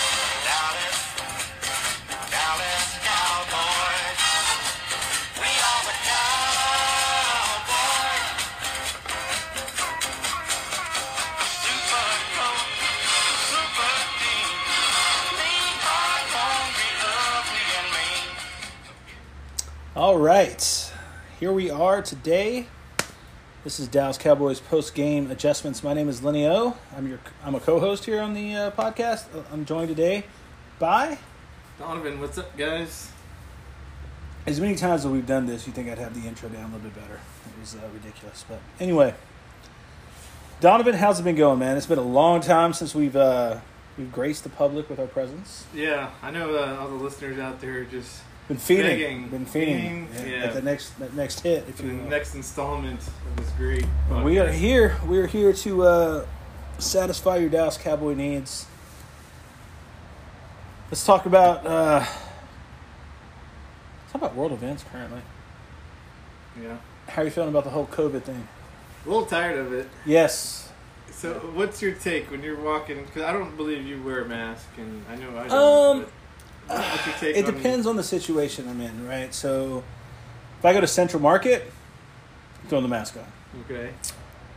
Dallas, Dallas Cowboys. We are the Cowboys. Super coach, super team. Lean hard, hungry, lovely and mean. All right, here we are today. This is Dallas Cowboys post game adjustments. My name is Lenny O. I'm your I'm a co-host here on the uh, podcast. Uh, I'm joined today by Donovan, what's up, guys? as many times as we've done this, you think I'd have the intro down a little bit better. It was uh, ridiculous, but anyway, Donovan, how's it been going, man? It's been a long time since we've uh, we've graced the public with our presence. Yeah, I know uh, all the listeners out there are just Been feeding, Begging. been feeding. Feeding, Yeah, yeah. Like the next that next hit, if for you the will. next installment of this great. Well, we are podcast. here. We are here to uh, satisfy your Dallas Cowboy needs. Let's talk about uh, let's talk about world events currently. Yeah, How are you feeling about the whole COVID thing? a little tired of it. Yes. So, what's your take when you're walking? Because I don't believe you wear a mask, and I know I Um, don't. but what's your take uh, It on- depends on the situation I'm in, right? So, if I go to Central Market, throwing the mask on. Okay.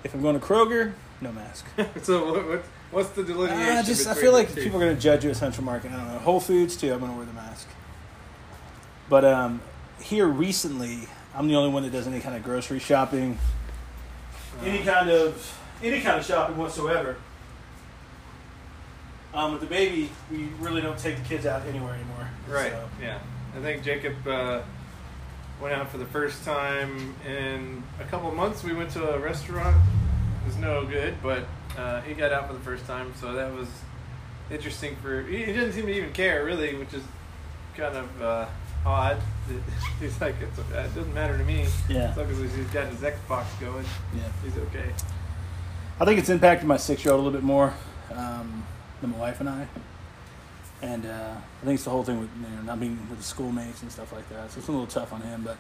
If I'm going to Kroger, no mask. So, what, what, what's the delineation? I Uh, just I between feel like the two? people are gonna judge you at Central Market. I don't know. Whole Foods too. I'm gonna wear the mask. But um, here recently, I'm the only one that does any kind of grocery shopping, any Uh. kind of any kind of shopping whatsoever. Um, with the baby, we really don't take the kids out anywhere anymore. Right. So, Yeah. I think Jacob uh, went out for the first time in a couple of months. We went to a restaurant. It was no good, but uh, he got out for the first time, so that was interesting. For he he didn't seem to even care really, which is kind of uh, odd. He's like, it's, it doesn't matter to me. Yeah. As long as he's got his Xbox going, yeah. he's okay. I think it's impacted my six year old a little bit more um, than my wife and I. And uh, I think it's the whole thing with you know, not being with the schoolmates and stuff like that. So it's a little tough on him. But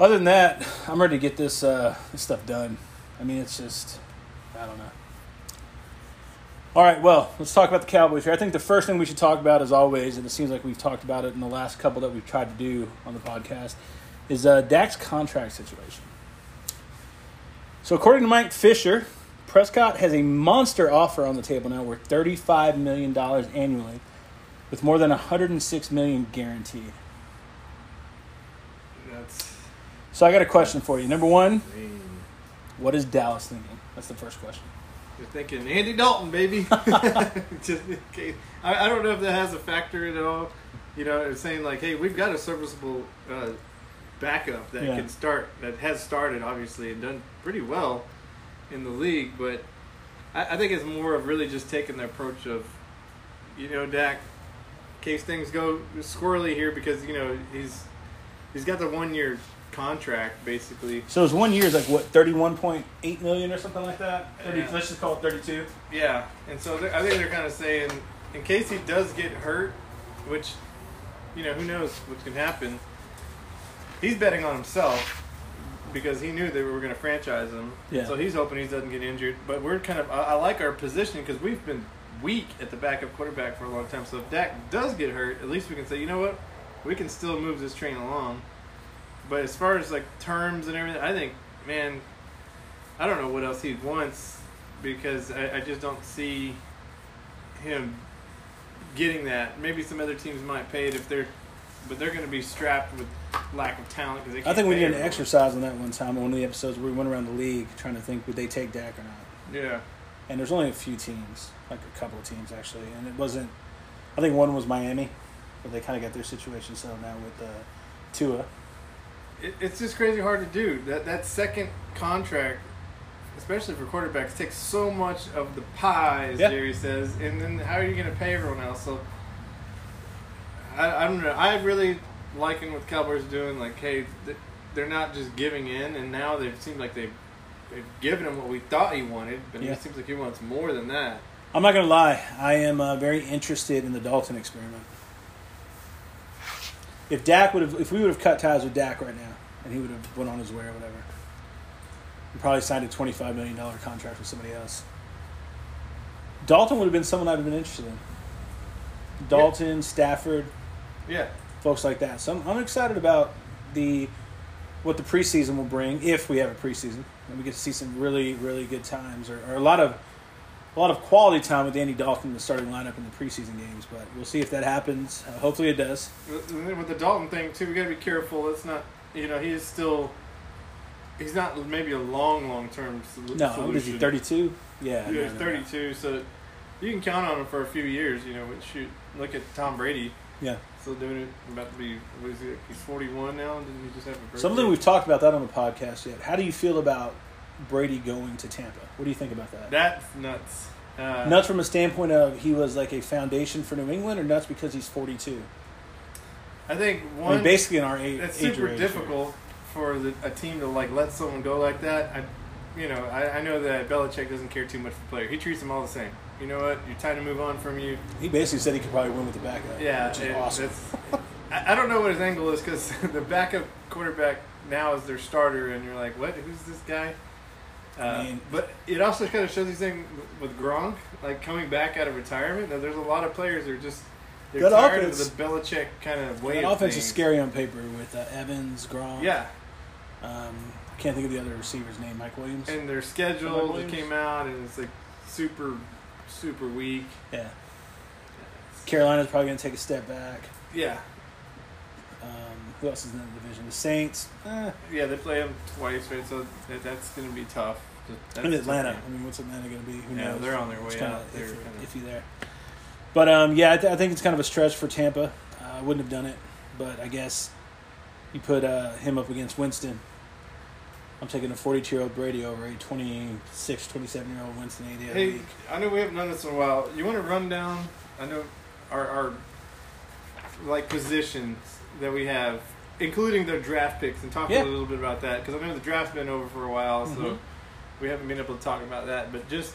other than that, I'm ready to get this, uh, this stuff done. I mean, it's just, I don't know. All right, well, let's talk about the Cowboys here. I think the first thing we should talk about, as always, and it seems like we've talked about it in the last couple that we've tried to do on the podcast, is uh, Dak's contract situation. So, according to Mike Fisher, Prescott has a monster offer on the table now worth $35 million annually, with more than $106 million guaranteed. That's So, I got a question for you. Number one, I mean, what is Dallas thinking? That's the first question. You're thinking Andy Dalton, baby. Just in case. I, I don't know if that has a factor at all. You know, it's saying like, hey, we've got a serviceable uh, backup that Yeah. can start, that has started obviously and done pretty well in the league, but I, I think it's more of really just taking the approach of, you know, Dak, in case things go squirrely here because you know he's he's got the one year contract basically. So, his one year is like what, $31.8 million or something like that? 30, Yeah. Let's just call it 32. Yeah, and so they're- I think they're kind of saying, in case he does get hurt, which, you know, who knows what can happen. He's betting on himself because he knew they were going to franchise him. Yeah. So he's hoping he doesn't get injured. But we're kind of I, I like our position because we've been weak at the backup quarterback for a long time. So if Dak does get hurt, at least we can say, you know what, we can still move this train along. But as far as like terms and everything, I think, man, I don't know what else he wants because I, I just don't see him getting that. Maybe some other teams might pay it if they're, but they're going to be strapped with lack of talent. 'cause they I can't think we pay did an everyone. exercise on that one time on one of the episodes where we went around the league trying to think would they take Dak or not. Yeah, and there's only a few teams, like a couple of teams actually, and it wasn't. I think one was Miami, but they kind of got their situation settled now with uh, Tua. it, it's just crazy hard to do that. That second contract, especially for quarterbacks, takes so much of the pie, as Yeah. Jerry says. And then how are you going to pay everyone else? So I, I don't know. I really liking what Cowboys are doing. Like, hey, th- they're not just giving in, and now they seem like they've they've given him what we thought he wanted, but Yeah. it seems like he wants more than that. I'm not gonna lie. I am uh, very interested in the Dalton experiment. If Dak would have, if we would have cut ties with Dak right now, and he would have went on his way or whatever, and probably signed a twenty-five million dollar contract with somebody else, Dalton would have been someone I'd have been interested in. Dalton, Stafford, Yeah. folks like that. So I'm, I'm excited about the what the preseason will bring if we have a preseason and we get to see some really really good times or, or a lot of a lot of quality time with Andy Dalton in the starting lineup in the preseason games. But we'll see if that happens. Uh, hopefully it does. With with the Dalton thing too, we got to be careful. It's not you know he is still. He's not maybe a long, long term solution. No, what is he? Thirty two. Yeah, Yeah, he's no, no, no. 32, so you can count on him for a few years. You know, but shoot, look at Tom Brady, Yeah. still doing it. About to be, what is he? He's 41 now. Didn't he just have a birthday? Something we've talked about that on the podcast yet. How do you feel about Brady going to Tampa? What do you think about that? That's nuts. Uh, Nuts from a standpoint of he was like a foundation for New England, or nuts because he's forty two. I think I one. mean, basically in our age. that's age super range here. difficult for the, a team to like let someone go like that. I, you know, I, I know that Belichick doesn't care too much for the player. He treats them all the same. You know what? You're time to move on from you. He basically said he could probably win with the backup. Yeah, which is it- awesome. that's- I, I don't know what his angle is because the backup quarterback now is their starter, and you're like, what? Who's this guy? Uh, I mean- but it also kind of shows these thing with Gronk, like coming back out of retirement. Now, there's a lot of players that are just they're That tired offense- of the Belichick kind of way. That of offense is things. scary on paper with uh, Evans, Gronk. Yeah, Um, I can't think of the other receiver's name. Mike Williams. and their schedule that came out, and it's like super, super weak. yeah. Carolina's probably going to take a step back. Yeah, Um, who else is in the division? The Saints. Eh. yeah, they play them twice, right? So that, that's going to be tough. That's And Atlanta. I mean, what's Atlanta going to be? Who Yeah, knows? they're on their It's way kinda out. They're iffy, kinda- iffy there. But um, yeah, I, th- I think it's kind of a stretch for Tampa. Uh, I wouldn't have done it, but I guess you put uh, him up against Winston. I'm taking a 42 year old Brady over a 26, 27 year old Winston any day of the Hey, week. I know we haven't done this in a while. You want to run down? I know our, our like positions that we have, including their draft picks, and talk Yeah. a little bit about that because I know the draft's been over for a while, so we haven't been able to talk about that. But just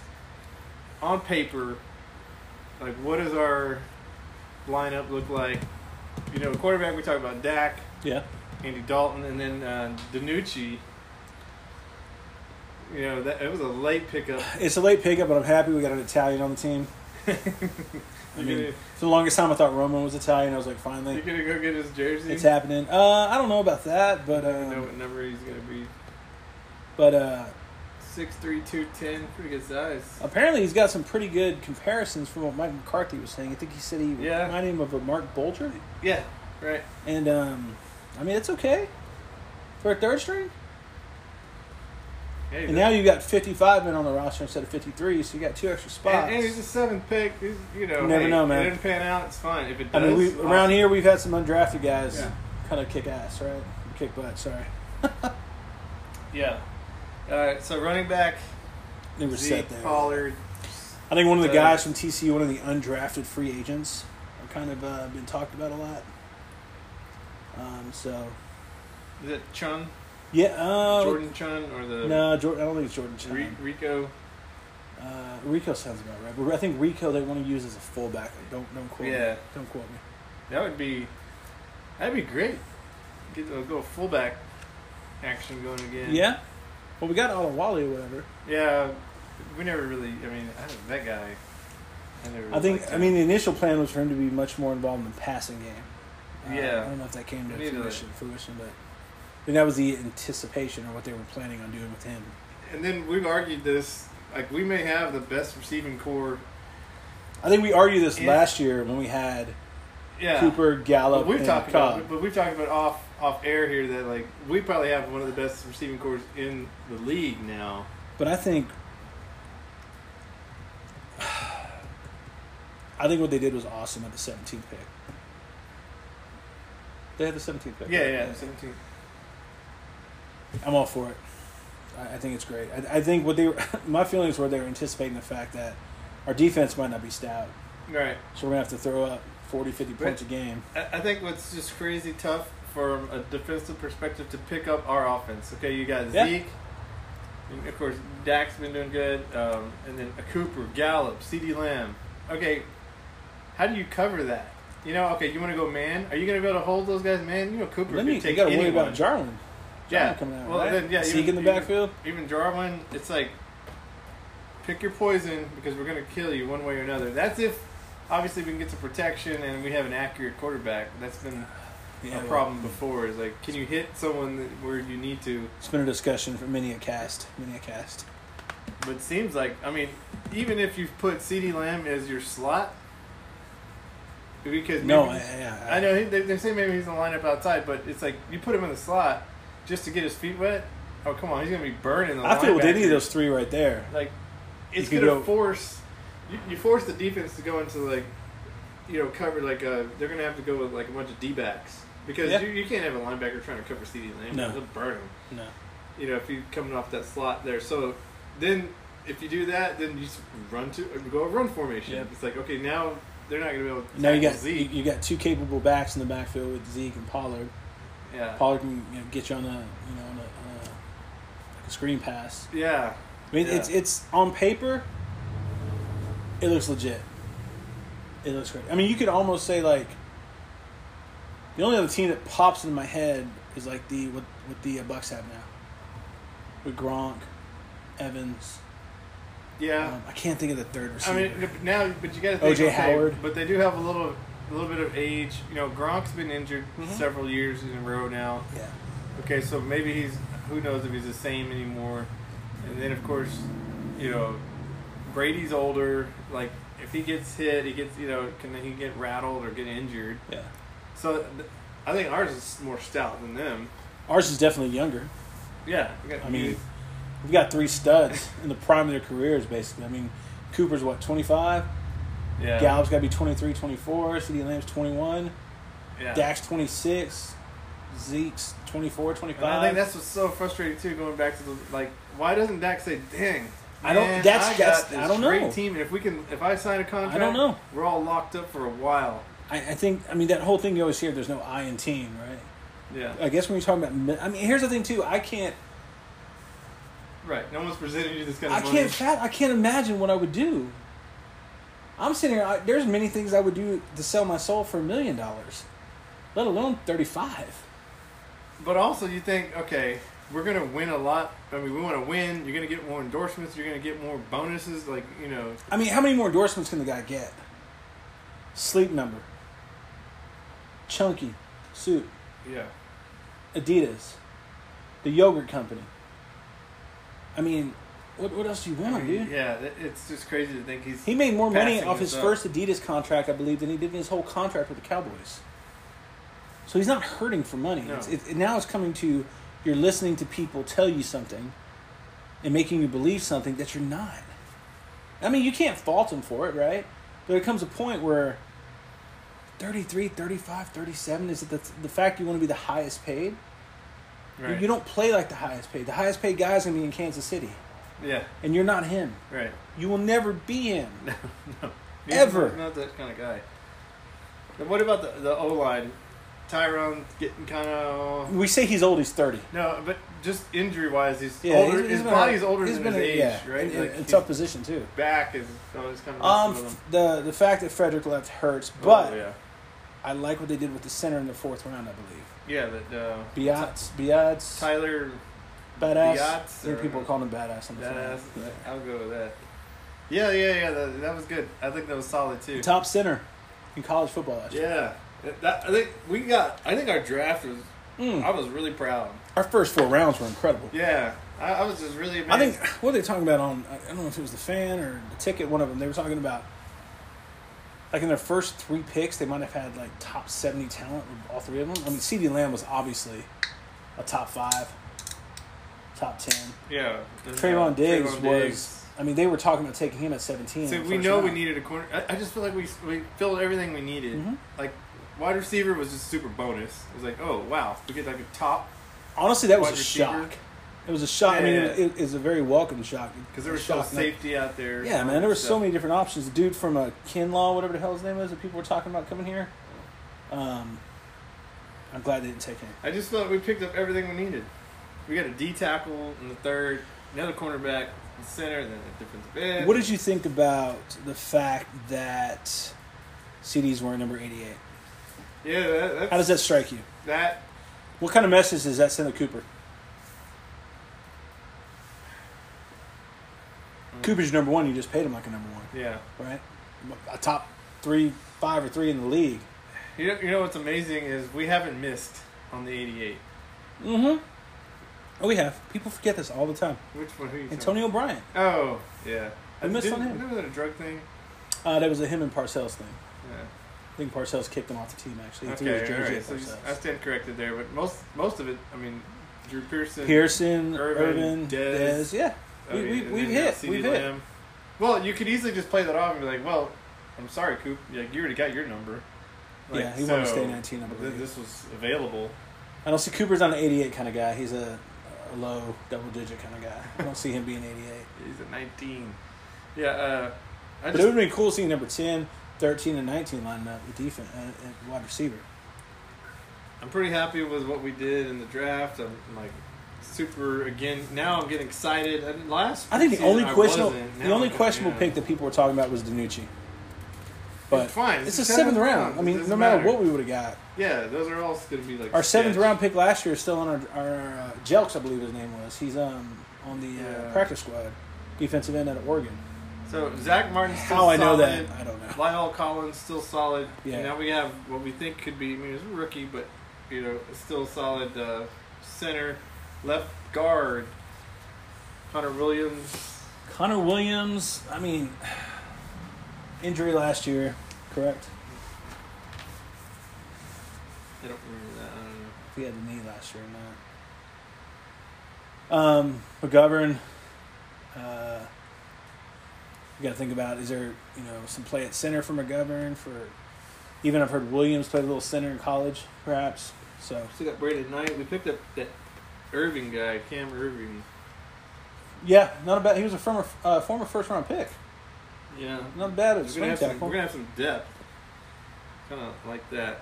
on paper, like what does our lineup look like? You know, quarterback. We talked about Dak, Yeah, Andy Dalton, and then uh, Danucci. You know, that it was a late pickup. it's a late pickup, but I'm happy we got an Italian on the team. I You're mean, gonna- for the longest time I thought Roman was Italian. I was like, You finally, gonna go get his jersey? it's happening. Uh, I don't know about that, but I don't know um, what number he's gonna be. but uh, Six three two ten, pretty good size. Apparently, he's got some pretty good comparisons from what Mike McCarthy was saying. I think he said he Yeah. reminded him of a Mark Bolger, Yeah, right. and um, I mean it's okay for a third string. Hey, And now you got fifty-five men on the roster instead of fifty-three, so you got two extra spots. and, and he's the seventh pick. He's, you know, You never hey, know, if man. It didn't pan out. It's fine. If it I does, mean, we, awesome. around here we've had some undrafted guys Yeah. kind of kick ass, right? Kick butt. Sorry, Yeah. All right. So running back, they were Zeke set there. Pollard. I think one of the Uh, guys from TCU, one of the undrafted free agents, are kind of uh, been talked about a lot. Um, so Is it Chun? yeah, uh, Jordan Chun or the No, Jordan. I don't think it's Jordan Chan. Re- Rico? Uh, Rico sounds about right, but I think Rico they want to use as a fullback. Don't don't quote Yeah. me. Don't quote me. That would be. That'd be great. Get a little fullback action going again. Yeah. Well, we got Olawale or whatever. Yeah, we never really. I mean, I don't, that guy. I never. I really think. liked I him. mean, the initial plan was for him to be much more involved in the passing game. Uh, Yeah. I don't know if that came to Neither did I. fruition, fruition, but I think that was the anticipation or what they were planning on doing with him. And then we've argued this. Like we may have the best receiving core. I think we argued this Yeah. last year when we had Yeah. Cooper, But Gallup, we've and talked Cobb. about, but we've talked about off off air here that like we probably have one of the best receiving cores in the league now. But I think I think what they did was awesome at the 17th pick. They had the 17th pick. Yeah, right? yeah, seventeen. I'm all for it. I, I think it's great. I, I think what they were, my feelings were they were anticipating the fact that our defense might not be stout, Right. so we're gonna have to throw up 40, 50 points a game. I, I think what's just crazy tough from a defensive perspective to pick up our offense. Okay, you got Yeah. Zeke, And of course, Dak's been doing good. Um, and then a Cooper, Gallup, CD Lamb. Okay, how do you cover that? You know, okay, you want to go man? Are you going to be able to hold those guys man? You know, Cooper Then could you, you take got to worry anyone. about Jarwin. Yeah. Jarwin coming out, well, right? then, yeah. Zeke in the backfield. Even, Jarwin, it's like pick your poison because we're going to kill you one way or another. That's if obviously we can get to protection and we have an accurate quarterback. That's been Yeah, a well, problem before. Is like, can you hit someone that, where you need to? It's been a discussion for many a cast, many a cast. But it seems like I mean, even if you've put Ceedee Lamb Lamb as your slot, because No, maybe- yeah, I know he- they, they say maybe he's in the lineup outside, but it's like you put him in the slot just to get his feet wet. Oh come on, he's gonna be burning. The I feel with any of linebackers. those three right there, like it's could gonna go- force you, you force the defense to go into like you know cover like uh they're gonna have to go with like a bunch of D backs because Yeah. you, you can't have a linebacker trying to cover CD Lamb. No. They'll burn him. no, You know if you're coming off that slot there. So then if you do that, then you just run to uh, go a run formation. Yep. It's like okay now they're not gonna be able to now you tackle got you, Zeke. you got two capable backs in the backfield with Zeke and Pollard. yeah. Pollard can you know, get you on a you know on a, on a, like a screen pass. yeah. I mean, Yeah. it's it's on paper, it looks legit. It looks great. I mean, you could almost say like the only other team that pops into my head is like the what what the uh, Bucks have now with Gronk, Evans. Yeah. Um, I can't think of the third I receiver. mean, if- now, but you got to think. O.J. okay, Howard. But they do have a little, a little bit of age. You know, Gronk's been injured Mm-hmm. several years in a row now. yeah. Okay, so maybe he's. Who knows if he's the same anymore? And then of course, you know, Brady's older. Like if he gets hit, he gets you know can he get rattled or get injured? Yeah. So th- I think ours is more stout than them. Ours is definitely younger. Yeah, we got- I mean, we've got three studs in the prime of their careers, basically. I mean, Cooper's what, 25? yeah, Gallup's got to be 23, 24. CD Lamb's 21. yeah. Dax 26. Zeke's 24, And I think 25. that's what's so frustrating too. Going back to the like, why doesn't Dak say, "Dang, I don't- man, that's- I got that's- this I don't great know." Team, and if we can, if I sign a contract, I don't know. We're all locked up for a while. I, I think, I mean, that whole thing you always hear, there's no I in team, right? Yeah, I guess when you're talking about, mi- I mean, here's the thing, too. I can't, right. No one's presenting you this kind I of money. can't, fa- I can't imagine what I would do. I'm sitting here, I, there's many things I would do to sell my soul for a million dollars, let alone 35. But also, you think, okay, we're gonna win a lot. I mean, we want to win. You're gonna get more endorsements. You're gonna get more bonuses. Like you know, I mean, how many more endorsements can the guy get? Sleep number, chunky suit, yeah, Adidas, the yogurt company. I mean, what what else do you want, dude? yeah. it- It's just crazy to think he's He made more money Passing off his us up. first Adidas contract, I believe, than he did in his whole contract with the Cowboys. So he's not hurting for money. No. It's, it, it- now it's coming to you're listening to people tell you something and making you believe something that you're not. I mean, you can't fault him for it, right? But there comes a point where 33, 35, 37 is it the, the fact you want to be the highest paid? right. You don't play like the highest paid. The highest paid guy's going to be in Kansas City, yeah, and you're not him. right. You will never be him. no. Ever. He's not that kind of guy. And what about the, the O line? Tyrone getting kind of. We say he's old, he's 30. No, but just injury wise, he's Yeah, older. he's- he's his been body's a- older he's than been his a- age, yeah, right? in- in Like, a his tough position too. Back is always kind of. Um, messing with him. f- the the fact that Frederick left hurts, Oh, but yeah, I like what they did with the center in the fourth round. I believe yeah, that uh, Biatz, Biatz, Tyler badass. I Biatz think or- people call him badass on the Badass. phone. Yeah. I'll go with that. Yeah, yeah, yeah. That, that was good. I think that was solid too. Top center in college football last year. Yeah, that, I think we got. I think our draft was. Mm. I was really proud. Our first four rounds were incredible. Yeah, I, I was just really. Amazed. I think what they were talking about on I don't know if it was the fan or the ticket. One of them they were talking about like in their first three picks they might have had like top seventy talent with all three of them. I mean, C.D. Lamb was obviously a top five, top ten. Yeah. Trayvon Diggs Trayvon was. Diggs. I mean, they were talking about taking him at seventeen. So in the we first know we round. needed a corner. I, I just feel like we we filled everything we needed. Mhm. Like wide receiver was just super bonus. It was like, oh wow, we get like a top Honestly, that was a wide receiver. shock. It was a shock. I mean, Yeah. it, it, it was a very welcome shock because there was shock. still safety out there. Yeah, man, there were so So- many different options. The dude from uh, Kinlaw, whatever the hell his name is, that people were talking about coming here. Um, I'm glad they didn't take him. I just felt we picked up everything we needed. We got a D tackle in the third. another cornerback, the center, then a defensive end. What did you think about the fact that CDs weren't number 88? yeah, that, that's, How does that strike you? that What kind of message does that send to Cooper? Cooper's your number one. You just paid him like a number one, yeah. right? A top three, five or three in the league. You know, you know what's amazing is we haven't missed on the 88. Mm-hmm. Oh, we have. People forget this all the time. Which one? Who you talking- Antonio Bryant. Oh, yeah. We missed Didn't- on him. Wasn't that a drug thing? Uh, that was a him and Parcells thing. Yeah. I think Parcells kicked him off the team, actually. He threw his Okay, jersey all at right. So you- Parcells. I stand corrected there, but most most of it, I mean, Drew Pearson. Pearson, Irvin, Irvin, Dez. Dez. Yeah. I We, mean, we, and we've then, you know, hit. CeeDee We've hit. Lamb. Well, you could easily just play that off and be like, well, I'm sorry, Coop. Like, you already got your number. Like, Yeah, he wanted to so stay 19, I th- believe. This was available. I don't see Cooper's not an 88 kind of guy. He's a, a low double digit kind of guy. I don't see him being 88. He's at 19. Yeah, uh, I But it would just, have been cool seeing number 10, 13, and 19 lining up with defense and, and wide receiver. I'm pretty happy with what we did in the draft. I'm, I'm, like super again. Now I'm getting excited. I didn't- last, I think the season only I questionable, wasn't. the Now only I'm- questionable yeah. pick that people were talking about was Danucci. But It's fine. It's It's the the seventh seventh round. round. I It mean, doesn't no matter matter. what we would have got, Yeah, those are all going to be like our seventh sketch. round pick last year is still on our, our uh, Jelks, I believe his name was. He's um on the uh, Yeah. practice squad, defensive end out of Oregon. So Zach Martin's still How I know solid. that, I don't know. Lyle Collins still solid. Yeah. And now we have what we think could be. I mean, it's a rookie, but you know, still solid uh, center, left guard. Connor Williams. Connor Williams, I mean, injury last year, correct? I don't remember that. I don't know. If he had the knee last year or not. Um, McGovern, uh, you got to think about is there you know some play at center for McGovern for even I've heard Williams played a little center in college perhaps so See that Brandon Knight. We picked up that Irving guy, Cam Irving. yeah not a bad he was a former uh, former first round pick Yeah. not bad at We're gonna, swing have some, tackle we're gonna have some depth. Kind of like that.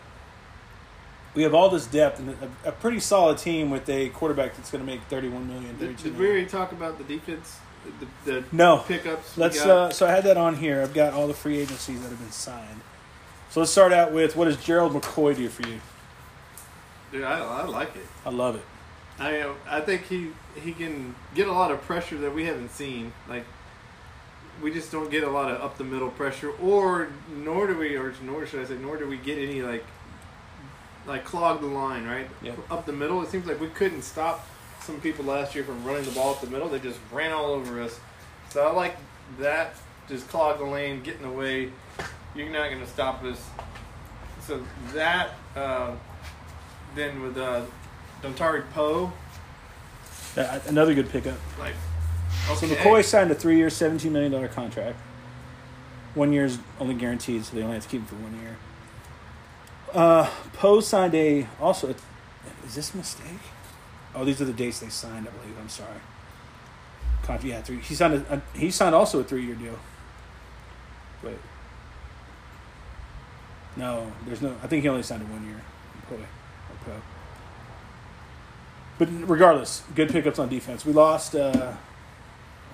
we have all this depth and a, a pretty solid team with a quarterback that's going to make thirty one million 32 Did, did we million. already talk about the defense? The, the No. pickups. we Let's. got? Uh, so I had that on here. I've got all the free agencies that have been signed. So let's start out with what does Gerald McCoy do for you? Dude, I, I like it. I love it. I uh, I think he he can get a lot of pressure that we haven't seen. Like we just don't get a lot of up the middle pressure, or nor do we, or nor should I say, nor do we get any like like clog the line right Yeah. up the middle. It seems like we couldn't stop some people last year from running the ball up the middle. They just ran all over us. So I like that. Just clog the lane, get in the way. You're not going to stop us. So that. Uh, then with uh, Dontari Poe, Uh, another good pickup. like okay. So McCoy signed a three-year, seventeen million dollar contract. One year is only guaranteed, so they only have to keep him for one year. Uh, Poe signed a also. Is this a mistake? Oh, these are the dates they signed. I believe. I'm sorry. Con- yeah, three. He signed. A, a, he signed also a three-year deal. Wait. No, there's no. I think he only signed a one-year. Poe. or Poe. But regardless, good pickups on defense. We lost. Uh,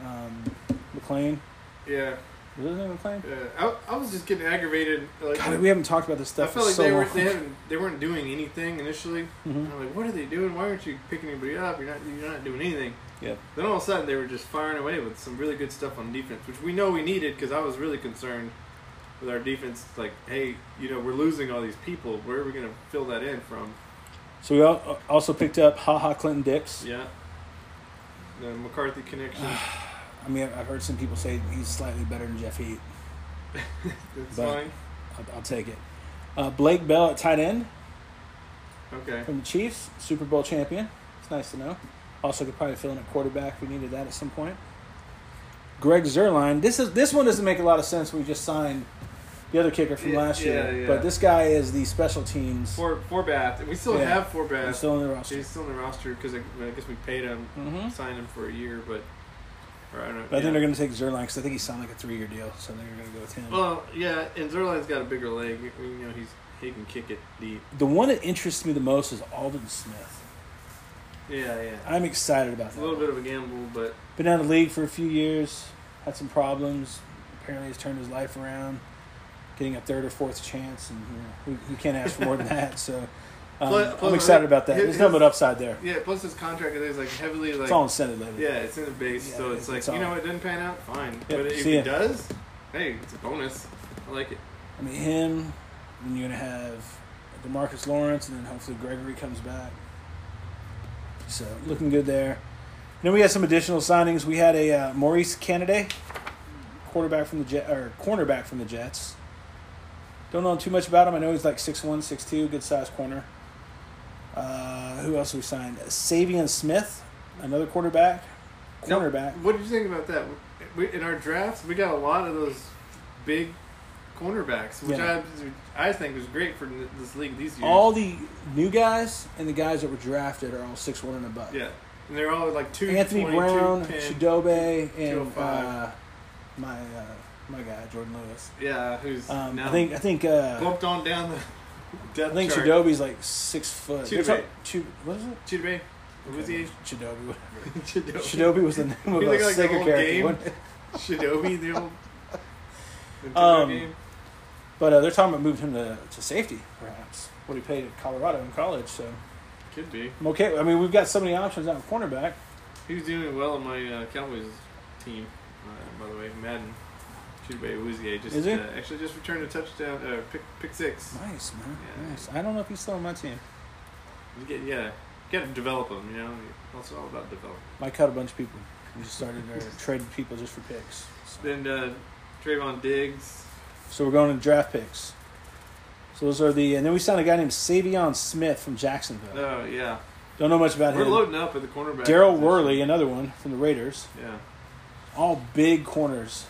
um, McLean. Yeah, Was his name McLean? yeah. I, I was just getting aggravated. Like, God, we haven't talked about this I stuff felt for like so they were long. they haven't they weren't doing anything initially. Mhm. And I'm like, what are they doing? Why aren't you picking anybody up? You're not you're not doing anything. Yep. Then all of a sudden they were just firing away with some really good stuff on defense, which we know we needed because I was really concerned with our defense. Like, hey, you know, we're losing all these people. Where are we going to fill that in from? So we al- uh, also picked up Ha Ha Clinton Dix. Yeah. The McCarthy connection. I mean, I've heard some people say he's slightly better than Jeff Heat. That's but- fine. I'll, I'll take it. Uh, Blake Bell at tight end Okay. from the Chiefs, Super Bowl champion. It's nice to know. Also, could probably fill in at quarterback. We needed that at some point. Greg Zerline. This is this one doesn't make a lot of sense. We just signed the other kicker from Yeah, last year, yeah, yeah. but this guy is the special teams. Four four bath. We still Yeah. have four He's bath. still on the roster. He's still in the roster because I, I guess we paid him, Mhm. signed him for a year, but or I don't know. But I yeah. think they're going to take Zerline because I think he signed like a three-year deal, so they're going to go with him. Well, yeah, and Zerline's got a bigger leg. We we know he's he can kick it deep. the one that interests me the most is Alden Smith. Yeah, yeah. I'm excited about It's that. a little one. bit of a gamble, but been out of the league for a few years, had some problems. Apparently, has turned his life around, getting a third or fourth chance, and you, know, you can't ask for more than that. So, um, Plus- plus- uh, I'm excited about that. his- There's nothing his- but upside there. Yeah, plus his contract is like heavily like It's all incentive level. yeah, it's in the base, Yeah, so it's- it's, like it's you all- know it doesn't pan out, fine. Yeah, but if see it ya. does, hey, it's a bonus. I like it. I mean, him, and you're going to have Demarcus Lawrence, and then hopefully Gregory comes back. So, looking good there. And then we had some additional signings. We had a uh, Maurice Canaday, quarterback from the Jet, or cornerback from the Jets. Don't know too much about him. I know he's like 6'1, 6'2, good size corner. Uh, who else we signed? Savion Smith, another quarterback. Now, Cornerback. what did you think about that? We, in our drafts, we got a lot of those big cornerbacks, which Yeah. I I think was great for th- this league these years. All the new guys and the guys that were drafted are all 6'1 and above. yeah, and they're all like two Anthony 22, Brown, 10. Shadobe, and 205. uh, my uh, my guy Jordan Lewis. Yeah, who's Um, now I think I think uh, bumped on down the I death think chart. Shadobe's like six foot. Chidobe. They're talk- Chid- what is it? Chidobe, who was he? Shadobe. whatever. Chidobe. Shadobe was the name of He a looked like the Sega whole character. game. wasn't it? Chidobe, the old Nintendo Um, game. But uh, they're talking about moving him to, to safety, perhaps. What he played at Colorado in college. So Could be. I'm okay. I mean, we've got so many options out of cornerback. He was doing well on my uh, Cowboys team, uh, by the way. Madden. Chidobe Awuzie just Is he? uh, actually just returned a touchdown, uh, pick pick six. Nice man, Yeah. nice. I don't know if he's still on my team. You get yeah, you gotta develop them. You know, also all about development. I cut a bunch of people. We just started or traded people just for picks. So. Then uh, Trayvon Diggs. So we're going to draft picks. So those are the, and then we signed a guy named Savion Smith from Jacksonville. Oh yeah, Don't know much about we're him. loading up at the cornerback. Daryl position. Worley, another one from the Raiders. Yeah, All big corners.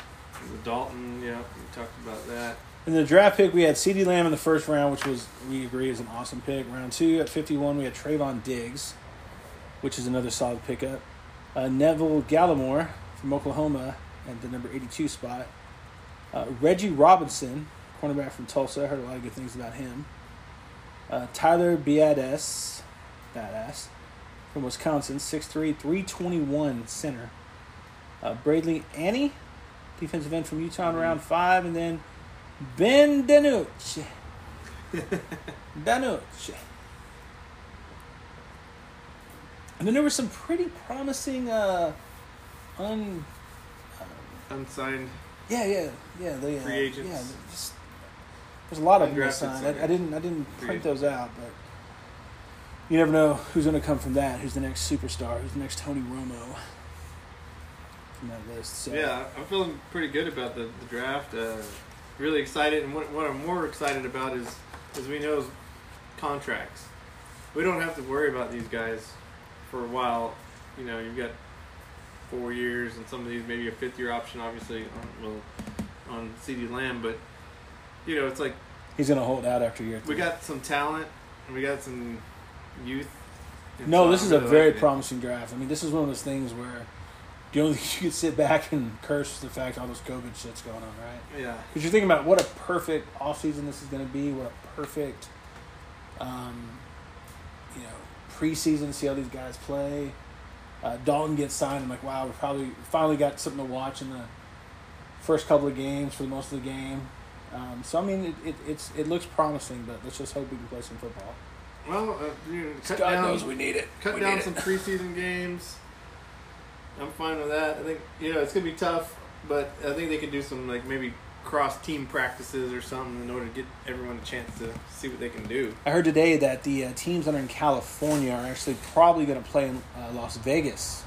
the Dalton. Yeah, we talked about that. In the draft pick, we had C.D. Lamb in the first round, which was we agree is an awesome pick. Round two at fifty-one, we had Trayvon Diggs, which is another solid pickup. Uh, Neville Gallimore from Oklahoma at the number eighty-two spot. Uh, Reggie Robinson, cornerback from Tulsa, I heard a lot of good things about him. Uh, Tyler Biades, badass, from Wisconsin, 6'3", 321 center. Uh, Bradley Annie, defensive end from Utah in round five, and then Ben Danucci. Danucci. And then there were some pretty promising, uh, un, Unsigned. yeah, yeah, yeah, they, uh, Free agents. Yeah, they just- there's a lot of them that Undrafted signed. I, I signings. didn't, I didn't Free print those out, but you never know who's going to come from that. Who's the next superstar? Who's the next Tony Romo? From that list. So. Yeah, I'm feeling pretty good about the, the draft. Uh, really excited, and what, what I'm more excited about is, as we know, is contracts. We don't have to worry about these guys for a while. You know, you've got four years, and some of these maybe a fifth year option, obviously, on, well, on CD Lamb. But you know, it's like he's going to hold out after year. Three. we got some talent, and we got some youth. and No, so this I'm is a really very liking it. promising draft. I mean, this is one of those things where the only thing you could sit back and curse is the fact all this COVID shit's going on, right? Yeah, Because you're thinking about what a perfect offseason this is going to be, what a perfect, um, you know, preseason, see how these guys play. Uh, Dalton gets signed. I'm like, wow, we probably finally got something to watch in the first couple of games for most of the game. Um, so, I mean, it, it, it's, it looks promising, but let's just hope we can play some football. well, uh, you know, cut God down- knows we need it. cut We down need some it. preseason games. I'm fine with that. I think you know it's gonna be tough, but I think they can do some like maybe cross team practices or something in order to get everyone a chance to see what they can do. I heard today that the uh, teams that are in California are actually probably going to play in uh, Las Vegas.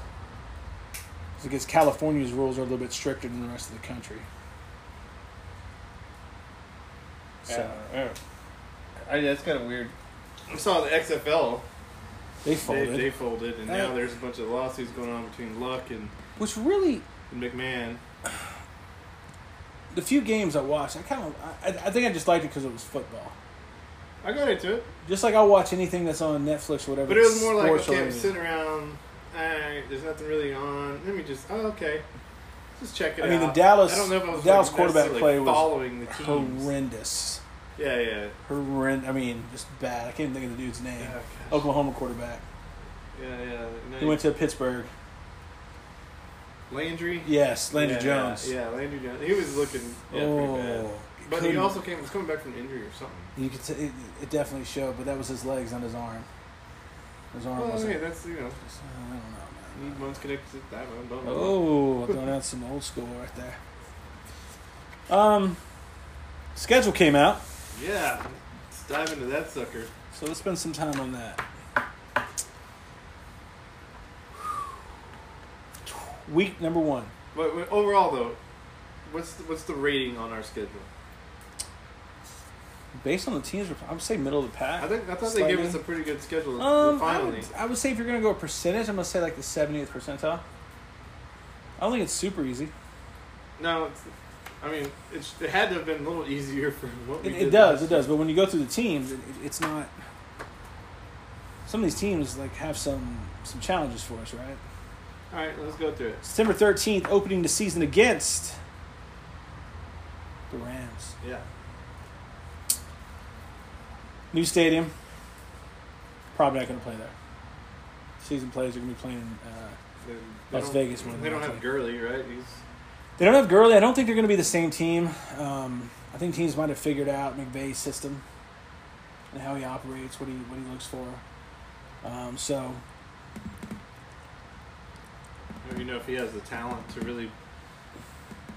It's Because California's rules are a little bit stricter than the rest of the country. So I, that's kind of weird. I saw the XFL. they They, folded, they folded, and Uh, now there's a bunch of lawsuits going on between Luck and, which really and McMahon. the few games I watched, I kind of I, I think I just liked it because it was football. I got into it, Just like I'll watch anything that's on Netflix or whatever. but it was more like sports okay, I'm related. sitting around. All right, there's nothing really on. Let me just. Oh, okay. Just check it out. I mean, the Dallas- I don't know if I was the Dallas like, quarterback necessarily play was following the teams. horrendous. Yeah, yeah, Horrend- I mean, just bad. I can't even think of the dude's name. yeah, Oklahoma quarterback. yeah. yeah. He went to Pittsburgh. Landry. Yes, Landry Yeah, Jones. Yeah, Landry Jones. He was looking yeah, oh, pretty bad. But he couldn't- also came was coming back from injury or something. you could t- it, it definitely showed, but that was his legs, not his arm. His arm Well, wasn't. hey, that's you know, I don't know, man. one's connected to that one. Blah, blah, blah. Oh, throwing out some old school right there. Um, schedule came out, Yeah, let's dive into that sucker. so let's spend some time on that. Week number one. But, but overall, though, what's the, what's the rating on our schedule? Based on the teams, I would say middle of the pack. I think I thought they gave Slightly. us a pretty good schedule. Um, I finally, would, I would say if you're gonna go a percentage, I'm gonna say like the 70th percentile. I don't think it's super easy. no, it's, I mean it's, it had to have been a little easier for what we It, did it does, last it does. But when you go through the teams, it, it- it's not. Some of these teams like have some some challenges for us, right? year. All right, let's go through it. September 13th, opening the season against the Rams. Yeah, New stadium. Probably not gonna play there. Season players are gonna be playing. Uh, They- they Las don't- Vegas won They that, don't I have think. Gurley, right? He's They don't have Gurley. I don't think they're going to be the same team. Um, I think teams might have figured out McVay's system and how he operates, what he what he looks for. Um, so I don't even know if he has the talent to really.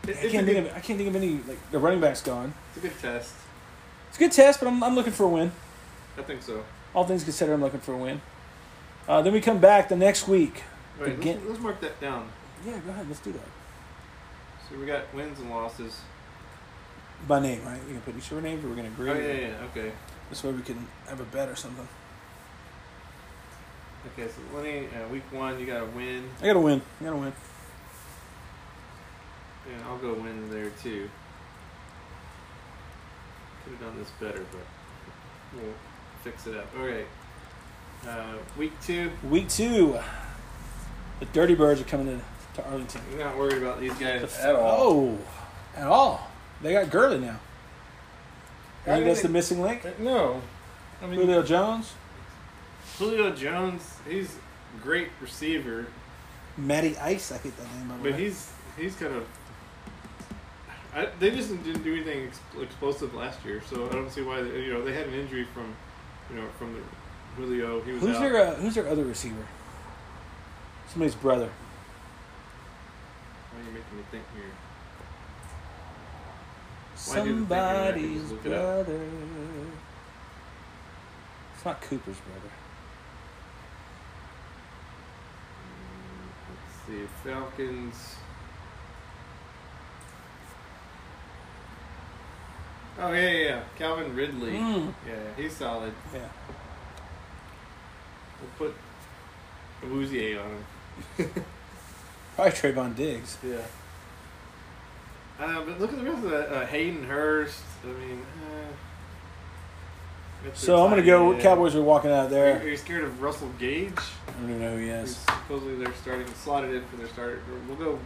It, I it's, can't a think good, of I can't think of any like the running backs gone. it's a good test. It's a good test, but I'm I'm looking for a win. I think so. All things considered, I'm looking for a win. Uh, then we come back the next week. All right, let's, Begin- let's mark that down. Yeah, go ahead. Let's do that So we got wins and losses. by name, right? We're gonna put each of our names. We're gonna agree. Oh yeah, yeah, okay, This way we can have a bet or something. okay. So Lenny, uh, week one, you got a win, I gotta win. I gotta win. and I'll go win there too. Could have done this better, but we'll fix it up. All right. Uh, week two, Week two. The Dirty Birds are coming to, to Arlington. I'm not worried about these guys The f- at all. Oh, at all. They got Gurley now. Oh, How I think do that's they- the missing link. no, I mean Julio Jones, Julio Jones, he's a great receiver, Matty Ice. I think that name. By the but way. he's he's kind of. I, they just didn't do anything ex- explosive last year, so I don't see why they, you know they had an injury from, you know, from the Julio. He was who's out. their uh, Who's their other receiver? Somebody's brother. Why are you making me think here? Why do the thing where I can Somebody's just look it up? brother. It's not Cooper's brother. Let's see, Falcons. Oh yeah, yeah, yeah. Calvin Ridley. Mm. Yeah, he's solid. Yeah. We'll put Awuzie on him. Probably Trayvon Diggs. Yeah. Uh, but look at the rest of that. Uh, Hayden Hurst. I mean. Uh, that's So I'm gonna exciting, go. yeah. Cowboys are walking out of Are you, there. are you scared of Russell Gage? I don't even know who he Who's is. supposedly they're starting slotted in for their starter. We'll go.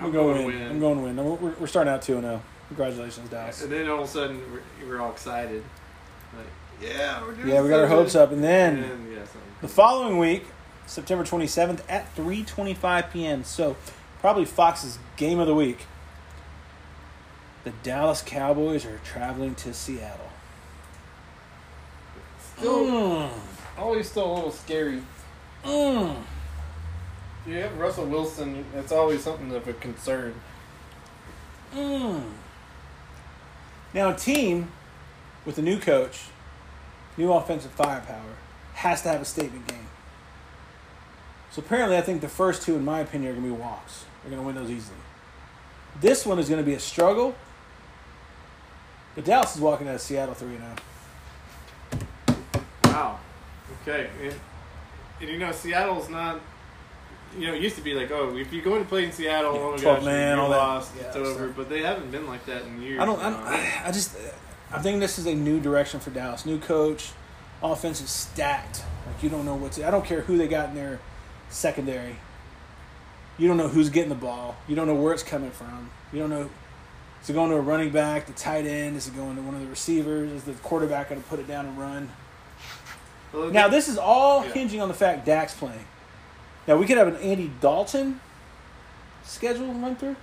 I'm going win. I'm going win. We're, we're- we're starting out 2 0. Congratulations, Dallas. And then all of a sudden we're, we're all excited. Like, yeah, we're doing. Yeah, we got our something. hopes up. And then. And then, yeah, something. The following week, September 27th at 3:25 p.m. So, probably Fox's game of the week. The Dallas Cowboys are traveling to Seattle. Still, Mm, always still a little scary. mm. You have Russell Wilson. That's always something of a concern. Mm. Now, a team with a new coach, new offensive firepower, has to have a statement game. So apparently, I think the first two, in my opinion, are going to be walks. They're going to win those easily. This one is going to be a struggle. But Dallas is walking out of Seattle oh. 3 0. Wow. Okay. And, and you know, Seattle's not. You know, it used to be like, oh, if you go and play in Seattle, Yeah, oh my 12 gosh, man, you all that. lost, Yeah, it's stuff. over. But they haven't been like that in years. I don't, I now. don't, I just, I think this is a new direction for Dallas. New coach, offense is stacked. Like you don't know what to. I don't care who they got in their secondary. You don't know who's getting the ball. You don't know where it's coming from. You don't know. Is it going to a running back, the tight end? Is it going to one of the receivers? Is the quarterback going to put it down and run? Well, Now this is all Yeah. hinging on the fact Dak's playing. Now we could have an Andy Dalton schedule went through,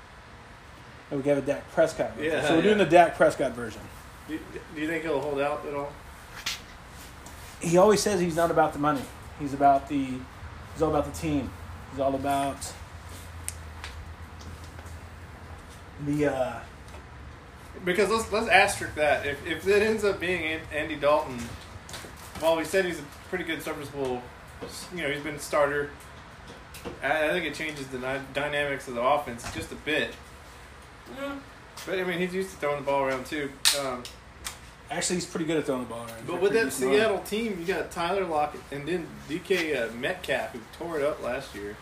and we gave a Dak Prescott. Version. Yeah, so we're doing yeah. the Dak Prescott version. Do, do you think he'll hold out at all? He always says he's not about the money. He's about the. He's all about the team. He's all about the. Uh, Because let's let's asterisk that. If if it ends up being An- Andy Dalton, while we said he's a pretty good serviceable, you know, he's been a starter. I, I think it changes the dy- dynamics of the offense just a bit. But I mean, he's used to throwing the ball around too. Um, actually, he's pretty good at throwing the ball. around. but with Pretty that decent runner. Seattle team, you got Tyler Lockett and then DK uh, Metcalf who tore it up last year.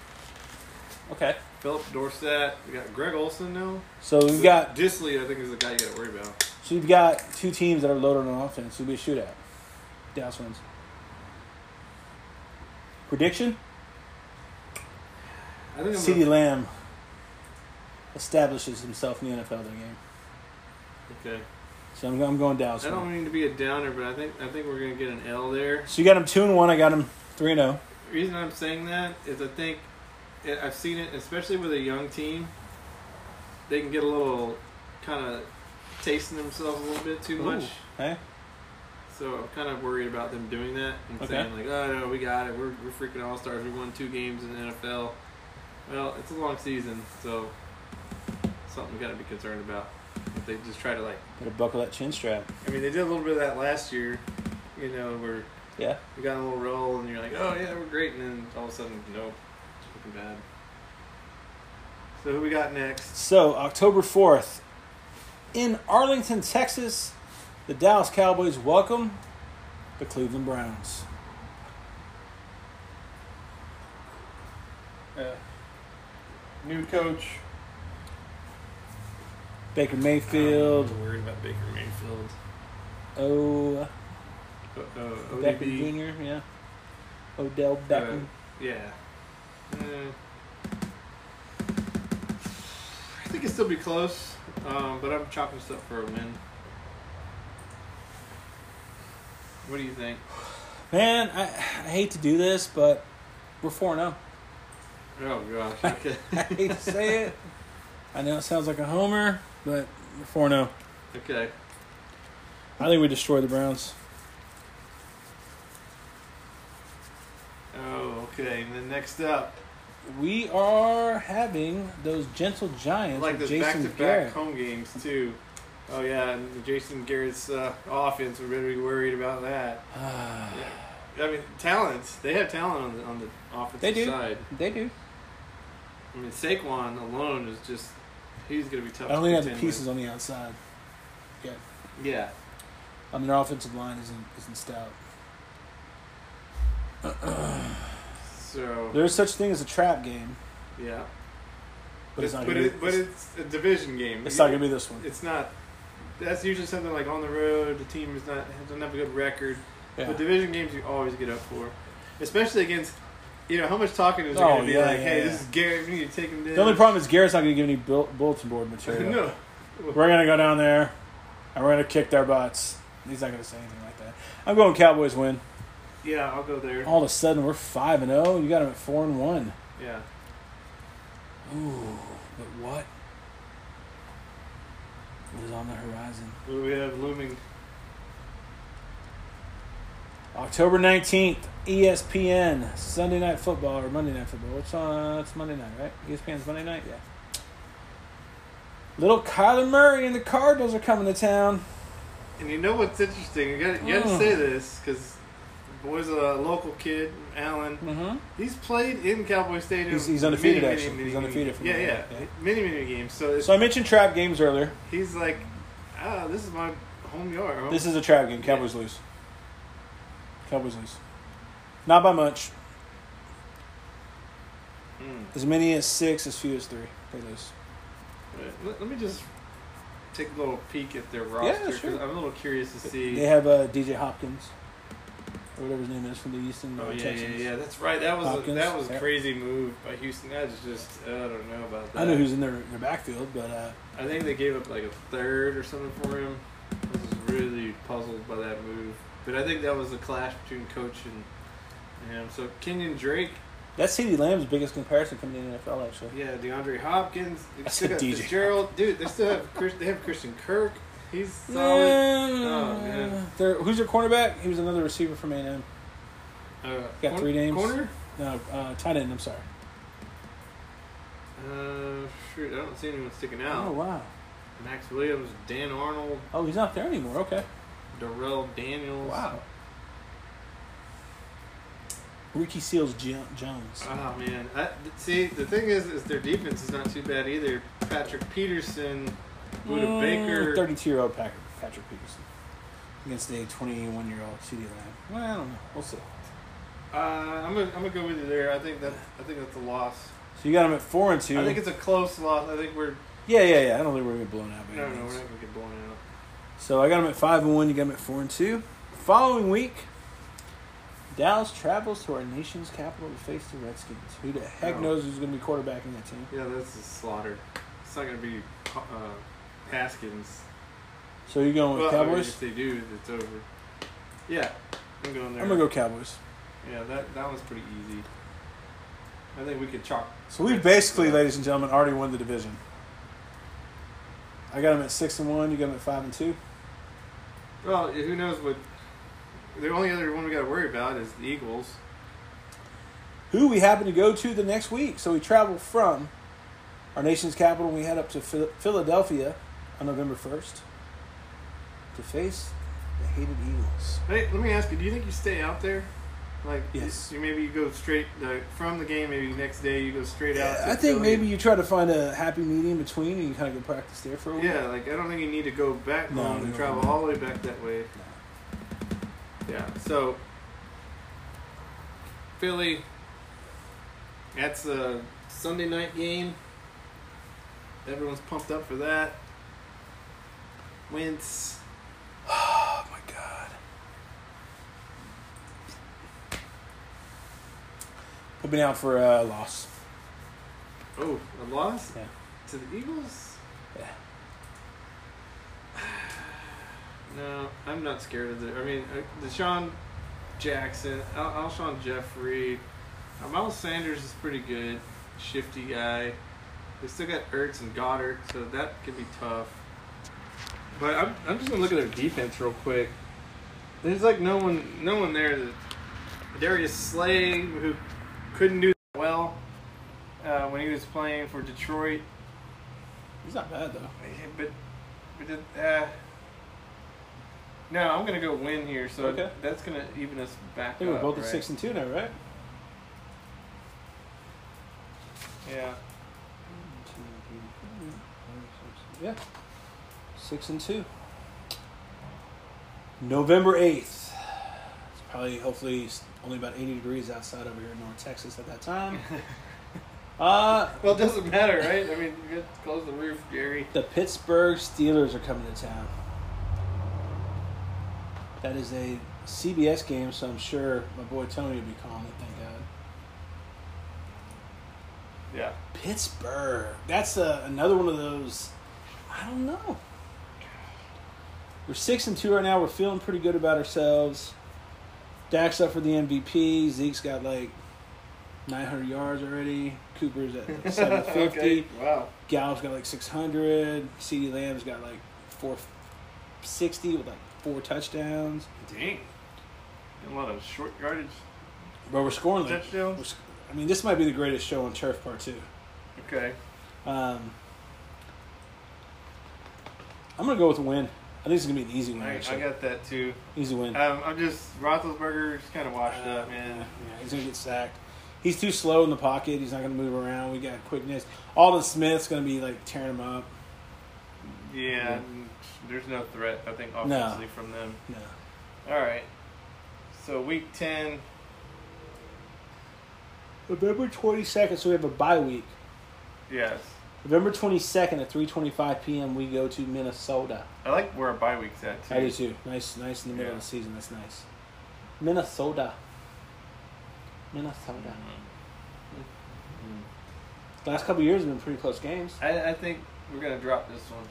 Okay. Philip Dorsett. We got Greg Olson now. So we've got Disley. I think is the guy you got to worry about. So you've got two teams that are loaded on offense. It'll be a shootout. Dallas wins. Prediction: I think I'm CeeDee gonna- Lamb establishes himself in the NFL that game. okay. So I'm, I'm going Dallas. I don't win. mean to be a downer, but I think I think we're gonna get an L there. So you got him two and one. I got him three and oh. zero. The reason I'm saying that is I think I- I've seen it, especially with a young team. They can get a little kind of tasting themselves a little bit too much. Hey, So I'm kind of worried about them doing that and Okay. saying like, "Oh no, we got it. We're we're freaking all stars. We won two games in the NFL." Well, it's a long season, so something we got to be concerned about. If they just try to like, better buckle that chin strap. I mean, they did a little bit of that last year. You know, where Yeah. you got in a little roll and you're like, oh yeah, we're great, and then all of a sudden, nope, it's looking bad. So who we got next? So October fourth, in Arlington, Texas, the Dallas Cowboys welcome the Cleveland Browns. new coach. Baker Mayfield. I'm Um, worried about Baker Mayfield. Oh. Uh, uh, Beckham ODB. Jr. Yeah. Odell Uh, Beckham. Yeah. Eh. I think it'll still be close, um, but I'm chopping this up for a win. What do you think? Man, I, I hate to do this, but we're four zero. Oh gosh. Okay. I hate to say it. I know it sounds like a homer, but we're four zero. okay. I think we destroy the Browns. Oh, okay. And then next up, We are having those gentle giants like with the back to Jason back Garrett. home games too. Oh yeah, and Jason Garrett's uh, offense. We better be worried about that. Ah, I mean, talents. They have talent on the on the offensive They do. side. they do. I mean, Saquon alone is just. He's gonna be tough. I only to have the contend pieces on the outside. Yeah, with. Yeah. I mean our offensive line isn't isn't stout. So There is such thing as a trap game, yeah, but it's not. but, gonna it, be, but it's, it's a division game. it's not gonna be this one. It's not. That's usually something like on the road. The team is not doesn't have a good record. Yeah. But division games you always get up for, especially against, you know, how much talking is there Oh, going to be yeah, like, yeah, hey, yeah. this is Garrett, we need to take him down. The only problem is Garrett's not gonna give any bull- bulletin board material. no. We're gonna go down there, and we're gonna kick their butts. He's not gonna say anything like that. I'm going Cowboys win. Yeah, I'll go there. All of a sudden we're five and zero. You got them at four and one. Yeah. Ooh, but what? What is on the horizon? What do we have looming? October nineteenth, E ESPN Sunday Night Football or Monday Night Football? What's on? It's Monday night, right? E ESPN's Monday night. Yeah. Little Kyler Murray and the Cardinals are coming to town. And you know what's interesting? You got you got to Mm. say this because the boy's a local kid, Allen. Mm-hmm. He's played in Cowboy Stadium. He's- he's undefeated, many, actually. Many, He's many, undefeated Many, from yeah, that, yeah, yeah. Many, many games. So, it's, So I mentioned trap games earlier. he's like, ah, this is my home yard. home This is a trap game. Cowboys lose. Cowboys lose. Not by much. Mm. As many as six, as few as three. They lose. Let, let me just take a little peek at their roster. 'cause sure. I'm a little curious to see. They have uh, DJ Hopkins, or whatever his name is from the Houston oh uh, yeah, yeah, Texans. yeah. That's right. That was a, Hopkins, that was yeah. a crazy move by Houston. That is just I don't know about that. I know who's in their, their backfield, but uh, I think they gave up like a third or something for him. I was really puzzled by that move, but I think that was a clash between coach and him. So Kenyon Drake That's CeeDee Lamb's biggest comparison coming in the NFL, actually. Yeah, DeAndre Hopkins. They I still said got DJ. Fitzgerald. Dude, they still have Chris, they have Christian Kirk. He's solid. Oh, man. They're- who's their cornerback? He was another receiver from A&M. Uh, Got corner, three names. Corner? No, uh, tight end, I'm sorry. Uh, shoot, I don't see anyone sticking Oh, out. wow. Max Williams, Dan Arnold, Oh, he's not there anymore. Okay. Darrell Daniels. Ricky Seals Jo- Jones. Oh man, I, see the thing is, is their defense is not too bad either. Patrick Peterson, Buda Uh, Baker. 32 year old Patrick, Patrick Peterson against a 21 year old CD Lamb. Well, I don't know. We'll see. Uh, I'm gonna, I'm gonna go with you there. I think that, I think that's a loss. So you got him at 4 and 2. I think it's a close loss. I think we're, yeah, yeah, yeah. I don't think we're going to be blown out by no, any no, we're means. not gonna get blown out. So I got him at 5 and 1. You got him at 4 and 2. Following week, Dallas travels to our nation's capital to face the Redskins. Who the heck Oh. knows who's going to be quarterbacking that team? Yeah, this is slaughtered. It's not gonna be uh, Haskins. So you're going with Well, I Oh, mean, Cowboys? if they do, it's over. Yeah, I'm going there. I'm going to go Cowboys. Yeah, that that one's pretty easy. I think we could chalk. So we basically, ladies and gentlemen, already won the division. I got him at six and one. You got him at five and two. Well, who knows what? The only other one we got to worry about is the Eagles. Who we happen to go to the next week? So we travel from our nation's capital. We head up to Phil- Philadelphia on November first to face the hated Eagles. Hey, let me ask you: Do you think you stay out there? Like, Yes. You maybe you go straight like, from the game. Maybe the next day you go straight out. to I think Philly. maybe you try to find a happy medium between, and you kind of go practice there for a week. Yeah, like I don't think you need to go back No, home no, and no. travel all the way back that way. Yeah, so Philly, that's a Sunday night game. Everyone's pumped up for that. Wentz, Oh my god. Put me down for a loss. oh, a loss Yeah. to the Eagles. Yeah. No, I'm not scared of the. I mean, uh, Deshaun Jackson, Al- Alshon Jeffrey, uh, Miles Sanders is pretty good, shifty guy. They still got Ertz and Goddard, so that could be tough. But I'm, I'm just gonna look at their defense real quick. There's like no one, no one there. That, Darius Slay, who couldn't do well uh, when he was playing for Detroit, He's not bad though. yeah, but, but it- uh, no, I'm gonna go win here. So Okay. that's gonna even us back I think we're up, both right? at six and two now, right? Yeah. Yeah. Six and two. November eighth. It's probably hopefully s- only about eighty degrees outside over here in North Texas at that time. uh Well, it doesn't matter, right? I mean, you got to close the roof, Gary. the Pittsburgh Steelers are coming to town. That is a CBS game, so I'm sure my boy Tony will be calling it. Thank God. Yeah. Pittsburgh. That's uh another one of those. I don't know. We're six and two right now. We're feeling pretty good about ourselves. Dak's up for the MVP. Zeke's got like 900 yards already. Cooper's at like 750. okay. Wow. Gallup's got like 600. CeeDee Lamb's got like 460 with like four touchdowns. Dang. A lot of short yardage. But we're scoring. Like, Touchdowns? we're sc- I mean, this might be the greatest show on turf part two. Okay. Um, I'm gonna go with a win. I think it's gonna be an easy win. I, I actually. got that too. easy win. Um, I'm just Roethlisberger's kind of washed Uh, up, man. yeah, he's gonna get sacked. He's too slow in the pocket. He's not gonna move around. We got quickness. Alden Smith's gonna be like tearing him up. Yeah. There's no threat, I think, No. offensively from them. No. All right. So week ten. November 22nd, so we have a bye week. Yes. November 22nd at 3:25 p.m. We go to Minnesota. I like where our bye week's at too. I do too. Nice, nice in the middle Yeah. of the season. That's nice. Minnesota. Minnesota. Mm-hmm. Mm-hmm. Last couple of years have been pretty close games. I, I think we're gonna drop this one.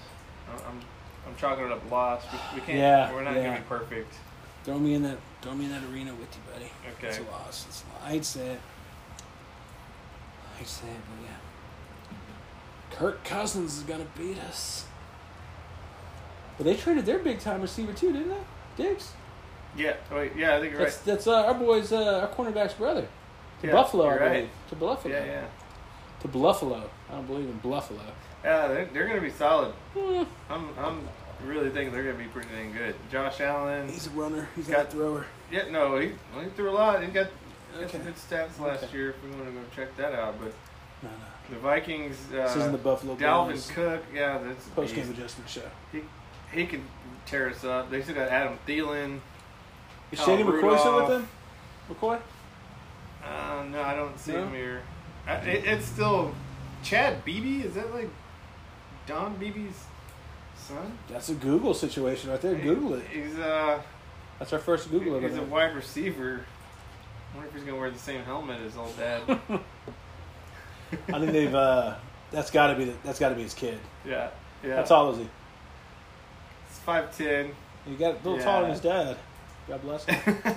I'm- I'm I'm chalking it up loss. We, we can't. Yeah, we're not yeah. gonna be perfect. Throw me in that. Throw me in that arena with you, buddy. Okay. It's a loss. It's a loss. I'd say it. I hate to say it, but yeah. Kirk Cousins is gonna beat us. But they traded their big time receiver too, didn't they? Diggs. Yeah. Oh, wait, yeah, I think you're That's right. that's uh, our boy's uh, our cornerback's brother to Yeah, Buffalo. I you're right. believe to Buffalo. Yeah, yeah. To Buffalo. I don't believe in Buffalo. Yeah, they're, they're going to be solid. Eh, I'm, I'm really thinking they're going to be pretty dang good. Josh Allen. he's a runner. He's Got- not a thrower. Yeah, no, he, well, he threw a lot. He got got Okay. some good stats last Okay. year if we want to go check that out. But No, no. the Vikings, uh, This isn't the Buffalo Dalvin Bills Cook, yeah, that's a post game beast. adjustment show. He, he can tear us up. They still got Adam Thielen. Is Kyle Shady McCoy still Rudolph. with them? McCoy? Uh, no, I don't see No? him here. I, it, it's still Chad Beebe. Is that like Don Beebe's son? That's a Google situation right there. He- Google it. He's uh, That's our first Google of he's a it. wide receiver. I wonder if he's gonna wear the same helmet as old dad. I think they've. Uh, that's got to be. The, that's got to be his kid. yeah, yeah. How tall is he? It's five ten. He got a little Yeah. taller than his dad. God bless him. That's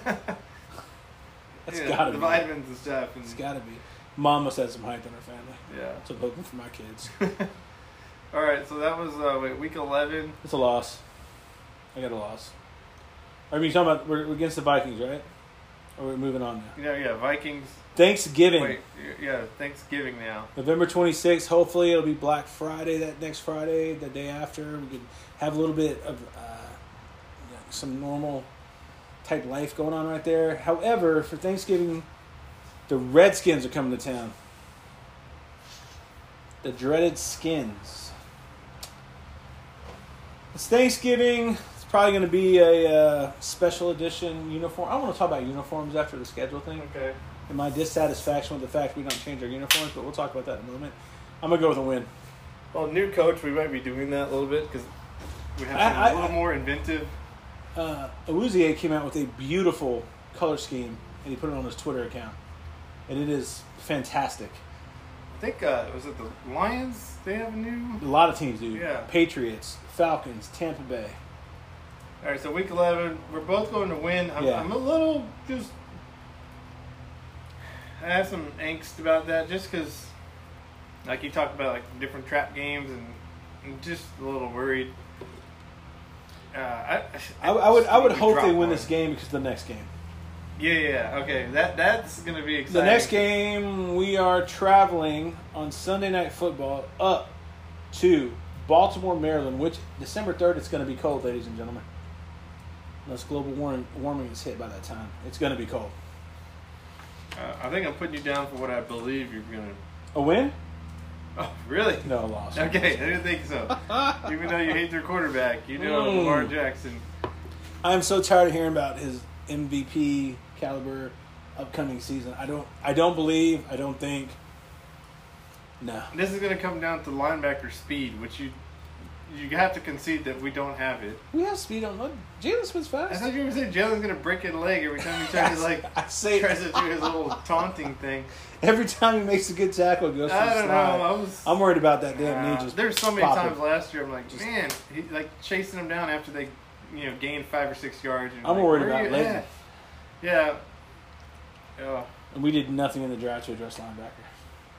Yeah, gotta the be. vitamins and stuff. And, It's got to be. Mom must have some height in her family. yeah. That's what I'm hoping for my kids. All right, so that was uh, wait, week eleven. It's a loss. I got a loss. I mean, you're talking about we're, we're against the Vikings, right? Or we're moving on now. You know, yeah, Vikings. Thanksgiving, Wait, yeah, Thanksgiving now. November 26th. Hopefully, it'll be Black Friday that next Friday, the day after. We can have a little bit of uh, you know, some normal type life going on right there. However, for Thanksgiving, the Redskins are coming to town. The dreaded skins. It's Thanksgiving. It's probably going to be a uh, special edition uniform. I want to talk about uniforms after the schedule thing Okay. and my dissatisfaction with the fact we don't change our uniforms, but we'll talk about that in a moment. I'm gonna go with a win. Well, new coach, we might be doing that a little bit because we have I- to be I- a little more inventive. Uh, Awuzie came out with a beautiful color scheme, and he put it on his Twitter account, and it is fantastic. I think uh, was it the Lions? They have a A new. lot of teams do. Yeah. Patriots, Falcons, Tampa Bay. All right, so week eleven, we're both going to win. I'm, Yeah. I'm a little just. I have some angst about that, just because, like you talked about, like different trap games, and I'm just a little worried. Uh, I, I, I would I would we hope drop they win one. this game because of the next game. Yeah, yeah, okay. That that's gonna be exciting. The next game we are traveling on Sunday Night Football up to Baltimore, Maryland, which December third it's going to be cold, ladies and gentlemen. Unless global warming warming is hit by that time, it's going to be cold. Uh, I think I'm putting you down for what I believe you're gonna. A win? Oh, really? No, a loss. Okay, I didn't think so. Even though you hate their quarterback, you know Mm. Lamar Jackson. I'm so tired of hearing about his MVP caliber upcoming season. I don't. I don't believe. I don't think. No. This is gonna come down to linebacker speed, which you you have to concede that we don't have it. We have speed on. what? Jalen Smith's I fast. thought you were gonna say Jalen's gonna break a leg every time he tries to like I say tries to do his little taunting thing. every time he makes a good tackle, he goes. for the I don't know. slide. I was. I'm worried about that damn Uh, knee just. there's so many popping. times last year I'm like, man, he, like chasing them down after they, you know, gained five or six yards. And I'm like, worried where are about you Leighton. at? Yeah. Yeah. And we did nothing in the draft to address linebacker.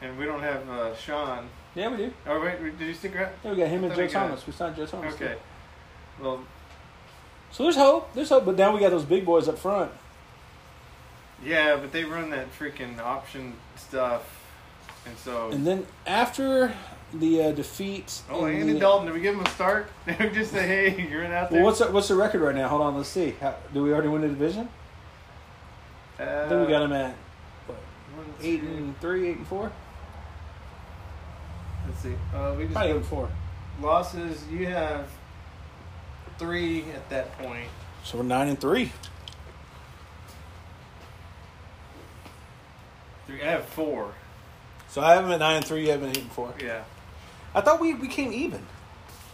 And we don't have uh, Sean. Yeah, we do. Oh wait, wait, did you stick around? Yeah, we got him I and thought Joe we got- Thomas. We signed Joe Thomas. Okay. Well, So there's hope. There's hope. But now we got those big boys up front. yeah, but they run that freaking option stuff, and so. And then after the uh, defeat. Oh, in Andy the- Dalton, did we give him a start? Just say, hey, you're in out there. Well, what's the, what's the record right now? Hold on, let's see. How, do we already win the division? uh, I think we got him at what, one, two- eight and three, eight and four, Let's see. Uh, we just probably eight got and four. losses. You have three at that point. So we're nine and three. Three. I have four. So I haven't at nine and three. You haven't at eight and four. Yeah. I thought we we came even.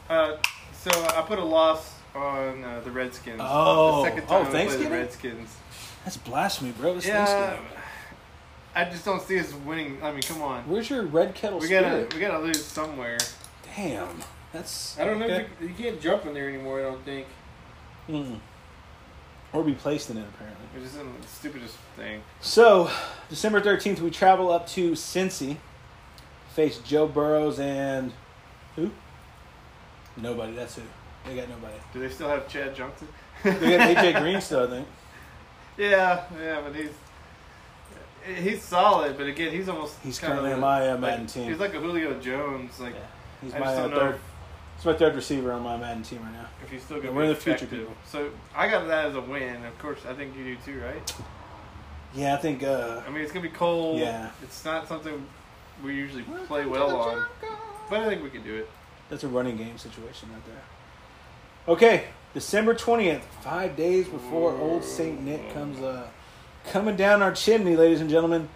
Uh, so I put a loss on uh, the Redskins. Oh. The second Oh, time we played the Thanksgiving? Redskins. That's blasphemy, bro. It's Yeah. Thanksgiving. I just don't see us winning. I mean, come on. Where's your red kettle We gotta, spirit? we gotta lose somewhere. Damn. That's I don't know. okay. If you, you can't jump in there anymore. I don't think. Mm. Or be placed in it apparently. Which is the stupidest thing. So, December 13th, we travel up to Cincy face Joe Burrows and who? Nobody. That's who. They got nobody. Do they still have Chad Johnson? They got AJ Green still, I think. Yeah, yeah, but he's he's solid. But again, he's almost He's kinda currently on like- my uh, like- Madden team. He's like a Julio Jones. Like Yeah. He's I my just uh, don't know third. He's my third receiver on my Madden team right now. if he's still going We're to the be future effective. people. So I got that as a win. Of course, I think you do too, right? Yeah, I think. Uh, I mean, it's gonna be cold. Yeah. it's not something we usually play well on, but I think we can do it. That's a running game situation right there. Okay, December twentieth, five days before Old Saint Nick comes uh, coming down our chimney, ladies and gentlemen.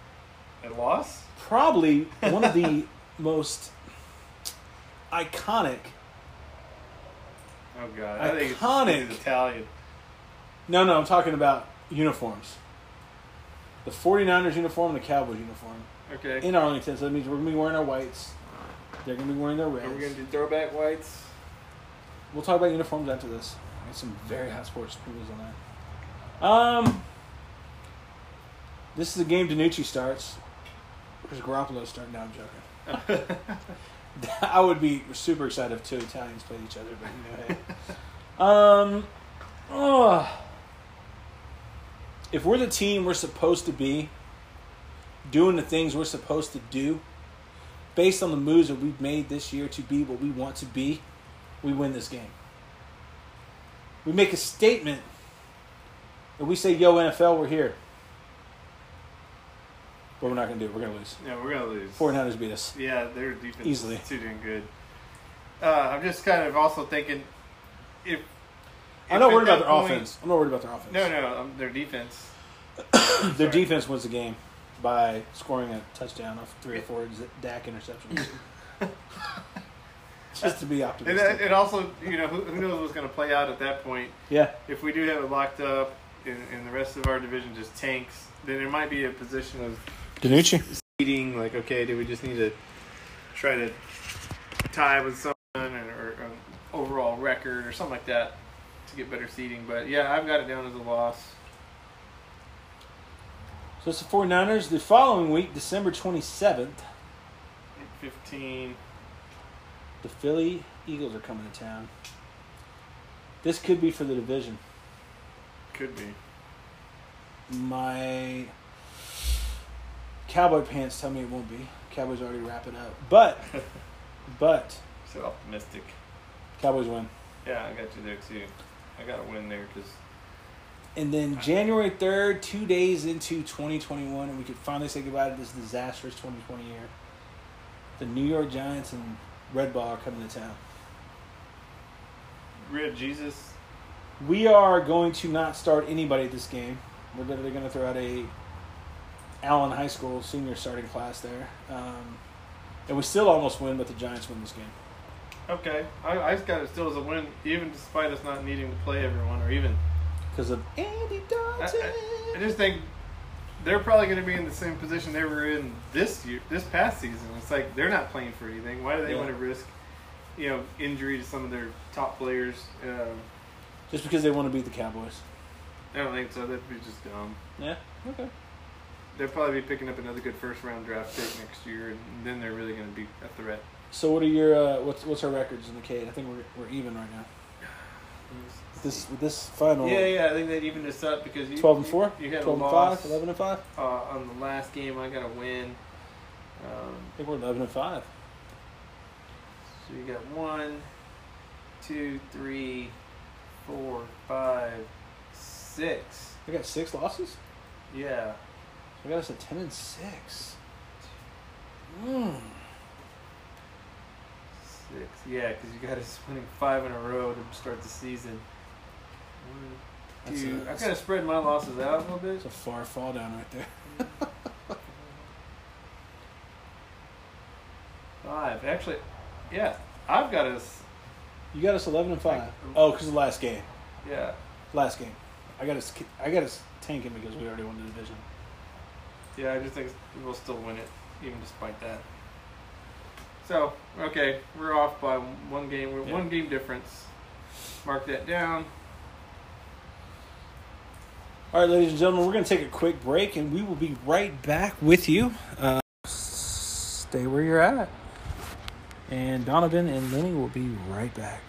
A loss? Probably one of the most iconic. Oh god, I think it's- Iconic. it's Italian. No, no, I'm talking about uniforms. The 49ers uniform and the Cowboys uniform Okay, in Arlington. So that means we're gonna be wearing our whites. They're gonna be wearing their are reds. we gonna do throwback whites? We'll talk about uniforms after this. I got some very hot sports news on that. Um, this is the game Danucci starts. Because Garoppolo's starting. Now I'm joking. I would be super excited if two Italians played each other, but you know, hey. um, ugh. if we're the team we're supposed to be, doing the things we're supposed to do, based on the moves that we've made this year to be what we want to be, we win this game. We make a statement and we say, yo, NFL, we're here. But we're not going to do it. We're going to lose. Yeah, we're gonna lose. 49ers beat us. Yeah, their defense Easily. is too doing good. Uh, I'm just kind of also thinking if I'm not if worried at about their that point- offense. I'm not worried about their offense. No, no, um, their defense. Their sorry. defense wins the game by scoring a touchdown off three or four Z- Dak interceptions. Just to be And, optimistic. that- and also, you know, who, who knows what's going to play out at that point. yeah. If we do have it locked up and, and the rest of our division just tanks, then there might be a position of Danucci. eating, like, okay, do we just need to try to tie with someone or, or an overall record or something like that to get better seeding? But yeah, I've got it down as a loss. So it's the 49ers. The following week, December 27th, 15. The Philly Eagles are coming to town. This could be for the division. Could be. My cowboy pants tell me it won't be. Cowboys already wrap it up. But, but, So optimistic. Cowboys win. Yeah, I got you there too. I got a win there because And then January 3rd, two days into 2021, and we could finally say goodbye to this disastrous 2020 year. The New York Giants and Red Ball are coming to town. Red Jesus. We are going to not start anybody at this game. We're literally going to throw out a Allen High School senior starting class there, um, and we still almost win, but the Giants win this game. Okay, I, I just got it still as a win, even despite us not needing to play everyone, or even. Because of Andy I, Dalton. I, I just think they're probably going to be in the same position they were in this year, this past season. It's like they're not playing for anything. Why do they Yeah. want to risk, you know, injury to some of their top players? Um, Just because they want to beat the Cowboys. I don't think so. That'd be just dumb. Yeah. Okay. They'll probably be picking up another good first round draft pick next year, and then they're really going to be a threat. So what are your uh, what's what's our records in the Cade? I think we're, we're even right now. With this with this final. Yeah, yeah, I think they'd even this up because you, 12 and you- 4? You, had 12 a and loss 5, 11 and 5. Uh, on the last game. I got a win. Um, I think we're 11 and 5. so you got one, two, three, four, five, six. We got 6 losses. Yeah, We got us a 10 and 6. Mm. six. Yeah, because you got us winning five in a row to start the season. One, That's a- two. I that's kind of spread my losses out a little bit. It's a far fall down right there. Five, actually. Yeah, I've got us. You got us eleven and five. Like- Oh, because the last game, Yeah, last game, I got us, I got us tanking because we already won the division. Yeah, I just think we'll still win it, even despite that. So, okay, we're off by one game. We're Yeah. one game difference. Mark that down. All right, ladies and gentlemen, we're going to take a quick break, and we will be right back with you. Uh, s- Stay where you're at. And Donovan and Lenny will be right back.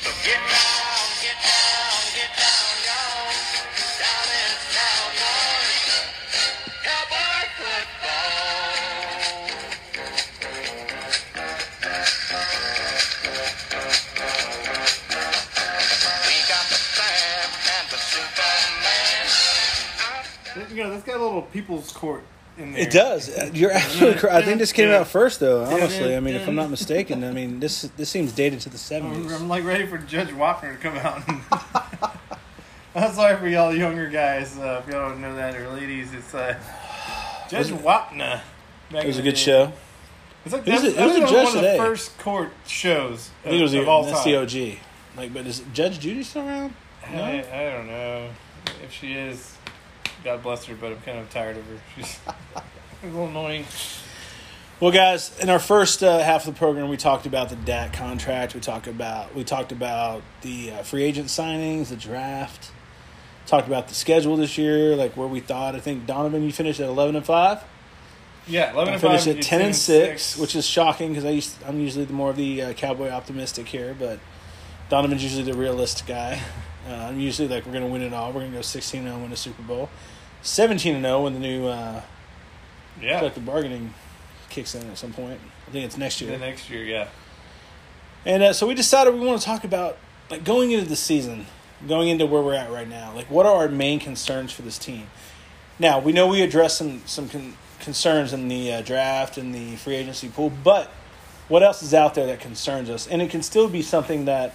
So get down, get down, get down, y'all. Down and down, boys. Cowboy football. We got the Sam and the Superman. You know, that's got a little people's court in there. It does. Uh, You're absolutely correct. I think this came out first, though. Yeah. Honestly, I mean, if I'm not mistaken, I mean this this seems dated to the I'm, I'm, '70s. like ready for Judge Wapner to come out. I'm sorry for y'all younger guys. Uh, if y'all don't know that or ladies, it's uh, Judge Wapner. Back It was a in the good day. show. It's like, Who's that's, the- who's that's the one judge of the today? first court shows I think it was of the, all that's time. the OG. Like, but is Judge Judy still around? No? I, I don't know if she is. God bless her, but I'm kind of tired of her. She's a little annoying. Well, guys, in our first uh, half of the program, we talked about the DAC contract. We talked about we talked about the uh, free agent signings, the draft. Talked about the schedule this year, like where we thought. I think Donovan, you finished at eleven and five. Yeah, eleven I and five. finished at ten and six, which is shocking because I used I'm usually the more of the uh, cowboy optimistic here, but Donovan's usually the realist guy. Uh, I'm usually like we're gonna win it all. We're gonna go sixteen and zero, win a Super Bowl, seventeen and zero when the new uh, yeah. collective bargaining kicks in at some point. I think it's next year. The next year, yeah. And uh, so we decided we want to talk about like going into the season, going into where we're at right now. Like, what are our main concerns for this team? Now we know we addressed some some con- concerns in the uh, draft and the free agency pool, but what else is out there that concerns us? And it can still be something that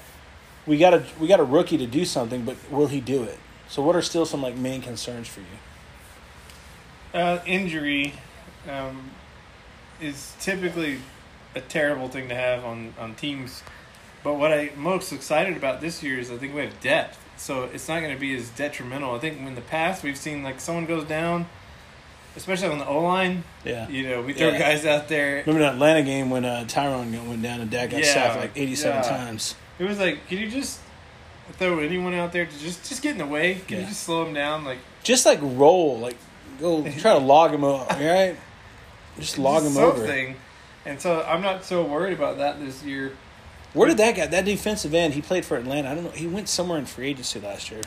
we got a we got a rookie to do something, but will he do it? So, what are still some like main concerns for you? Uh, injury um, is typically a terrible thing to have on, on teams. But what I'm most excited about this year is I think we have depth. So it's not going to be as detrimental. I think in the past we've seen like someone goes down, especially on the O line. Yeah. You know, we throw Yeah. guys out there. Remember the Atlanta game when uh, Tyrone went down and Dak got Yeah. sacked like eighty-seven Yeah. times. It was like, can you just throw anyone out there to just just get in the way? Can Yeah. you just slow them down? Like just like roll, like go try to log him up, all right? Just log him just over. something. And so I'm not so worried about that this year. Where did that guy? That defensive end, he played for Atlanta. I don't know. He went somewhere in free agency last year.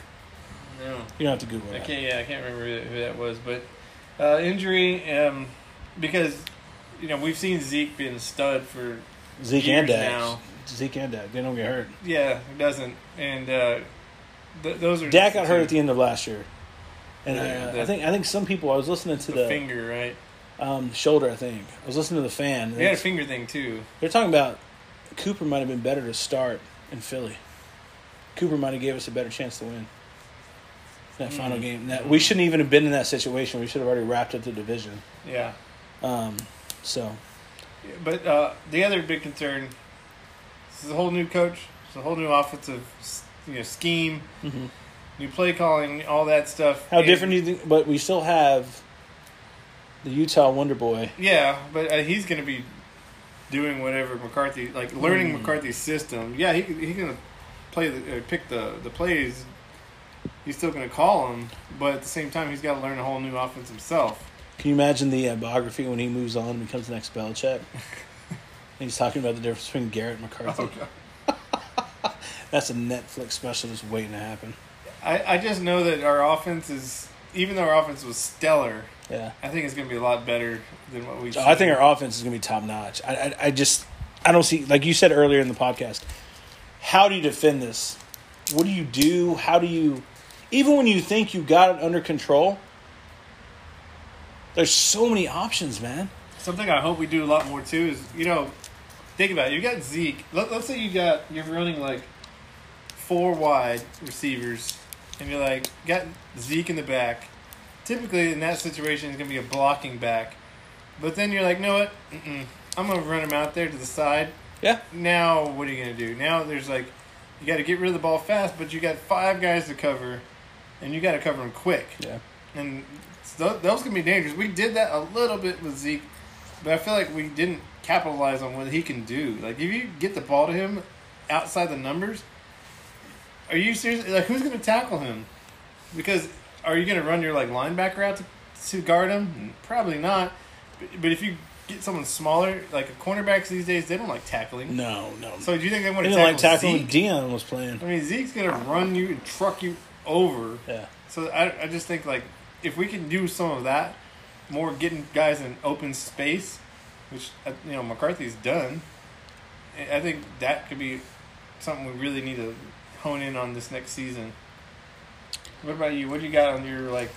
No. You don't have to Google I that. can't. Yeah, I can't remember who that- who that was, but uh, injury um, because you know we've seen Zeke being a stud for Zeke years and Dak. now. Zeke and Dak. They don't get hurt. yeah it doesn't and uh, th- those are Dak got hurt at the end of last year, and Yeah, uh, the- I think I think some people. I was listening to the, the, finger right. um, shoulder. I think I was listening to the fan. He had a finger thing too. They're talking about Cooper might have been better to start in Philly. Cooper might have gave us a better chance to win. That final game, that we shouldn't even have been in that situation. We should have already wrapped up the division. Yeah, Um, so but uh, the other big concern this is a whole new coach. It's a whole new offensive s- you know scheme, new play calling, all that stuff. Mm-hmm. how And- different do you think? But we still have the Utah Wonder Boy. Yeah, but uh, he's going to be doing whatever McCarthy, like learning Mm. McCarthy's system. Yeah, he he's going to play the uh, pick the the plays. He's still going to call him, but at the same time, he's got to learn a whole new offense himself. Can you imagine the uh, biography when he moves on and becomes the next Belichick? and he's talking about the difference between Garrett and McCarthy. That's a Netflix special that's waiting to happen. I I just know that our offense is, even though our offense was stellar, Yeah. I think it's going to be a lot better than what we. I think our offense is going to be top notch. I, I, I just, I don't see, like you said earlier in the podcast, how do you defend this? What do you do? How do you, even when you think you got it under control, there's so many options, man. Something I hope we do a lot more too is you know, think about it. You got Zeke. Let, let's say you got you're running like four wide receivers, and you're like got Zeke in the back. Typically, in that situation, it's gonna be a blocking back. But then you're like, no what? Mm-mm. I'm gonna run him out there to the side. Yeah. Now what are you gonna do? Now there's like you got to get rid of the ball fast, but you got five guys to cover, and you got to cover them quick. Yeah. And so that was going to be dangerous. We did that a little bit with Zeke, but I feel like we didn't capitalize on what he can do. Like, if you get the ball to him outside the numbers, are you serious? Like, who's going to tackle him? Because are you going to run your like linebacker out to, to guard him? Probably not. But, but if you get someone smaller, like cornerbacks these days, they don't like tackling. No, no. So do you think they want they to didn't tackle like tackling when Zeke? Dion was playing. I mean, Zeke's going to run you and truck you over. Yeah. So I, I just think like if we can do some of that, more getting guys in open space, which uh, you know McCarthy's done. I- I think that could be something we really need to hone in on this next season. What about you? What do you got on your like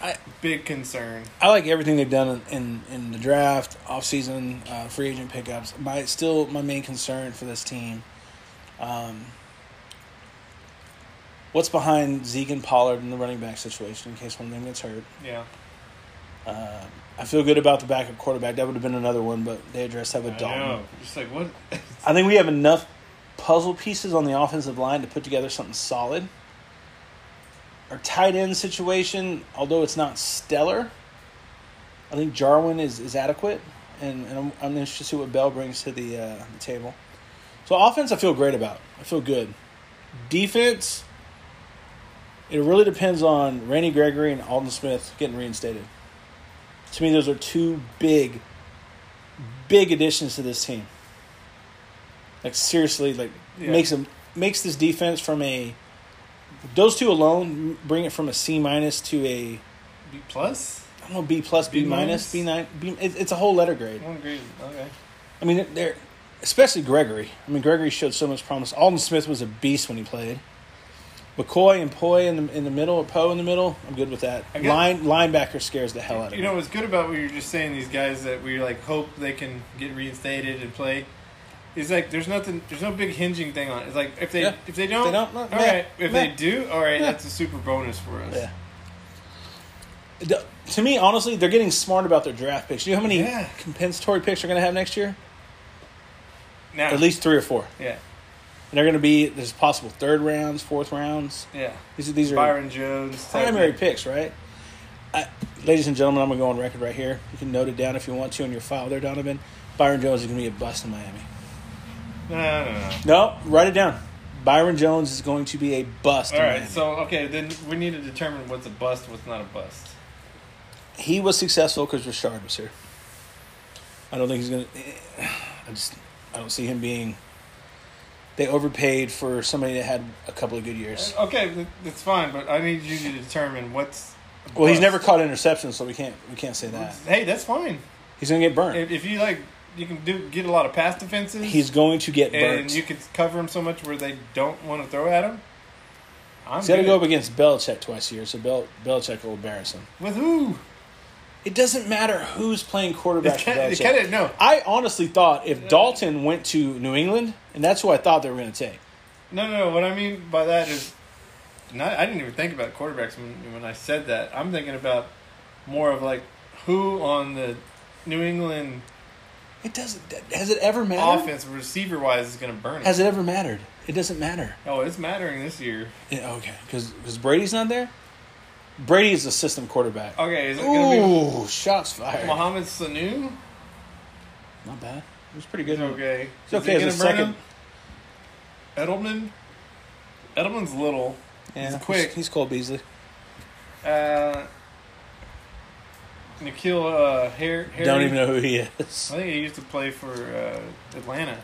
I- big concern? I like everything they've done in, in, in the draft, offseason, uh, free agent pickups. My still my main concern for this team. Um, what's behind Zeke and Pollard in the running back situation in case one of them gets hurt? Yeah, Uh, I feel good about the backup quarterback. That would have been another one, but they addressed that with Dalton. Just like what? I think we have enough puzzle pieces on the offensive line to put together something solid. Our tight end situation, although it's not stellar, I think Jarwin is, is adequate, and, and I'm, I'm interested to see what Bell brings to the, uh, the table. So offense, I feel great about. I feel good. Defense, it really depends on Randy Gregory and Alden Smith getting reinstated. To me, those are two big, big additions to this team. Like seriously, like Yeah. makes them makes this defense from a those two alone bring it from a C minus to a B plus. I don't know B plus B, B minus minus? B nine B. It, it's a whole letter grade. I don't agree. Okay. I mean, they're especially Gregory. I mean, Gregory showed so much promise. Alden Smith was a beast when he played. McCoy and Poy in the in the middle, or Poe in the middle. I'm good with that. I guess- Line linebacker scares the hell out of me. You know what's good about what you're just saying? These guys that we like hope they can get reinstated and play. Is like there's nothing, there's no big hinging thing on it. It's like if they Yeah. if they don't, They don't, no, all meh, right. If meh. they do, all right. Yeah. That's a super bonus for us. yeah. The- to me, honestly, they're getting smart about their draft picks. You know how many Yeah. compensatory picks they're going to have next year? Now, At least three or four. yeah, And they're going to be there's possible third rounds, fourth rounds. yeah. These are these are Byron Jones, type primary of- picks, right? I, ladies and gentlemen, I'm gonna go on record right here. You can note it down if you want to in your file there, Donovan. Byron Jones is gonna be a bust in Miami. No, no, no. no. No, write it down. Byron Jones is going to be a bust. All in right. Miami. So okay, then we need to determine what's a bust, what's not a bust. he was successful because Rashard was here. I don't think he's gonna. I just I don't see him being. They overpaid for somebody that had a couple of good years. Okay, th- that's fine, but I need you to determine what's. a Well, he's bust. never caught interceptions, so we can't we can't say that. Hey, that's fine. He's gonna get burnt. If, if you like, you can do get a lot of pass defenses. He's going to get burnt. and you could cover him so much where they don't want to throw at him. I'm He's got to good. go up against Belichick twice a year, so Bel- Belichick will embarrass him. with who? It doesn't matter who's playing They quarterback for can't, they Belichick. can't, no, I honestly thought if Dalton went to New England, and that's who I thought they were going to take. no, no, no. What I mean by that is, not. I didn't even think about quarterbacks when when I said that. I'm thinking about more of like who on the New England It doesn't. that- Has it ever mattered? offense receiver wise is going to burn. Has It. it ever mattered? It doesn't matter. Oh, it's mattering this year. Yeah, okay, because Brady's not there. Brady is the system quarterback. Okay, is it going to Ooh, shots be fired. Mohamed Sanu? Not bad. It was pretty good. It's okay. It's okay Is as it a going to burn second. him? Edelman. Edelman's little. Yeah, He's quick. He's, he's Cole Beasley. Uh, Nikhil uh, Har- Harry. Don't even know who he I is. think he used to play for uh, Atlanta.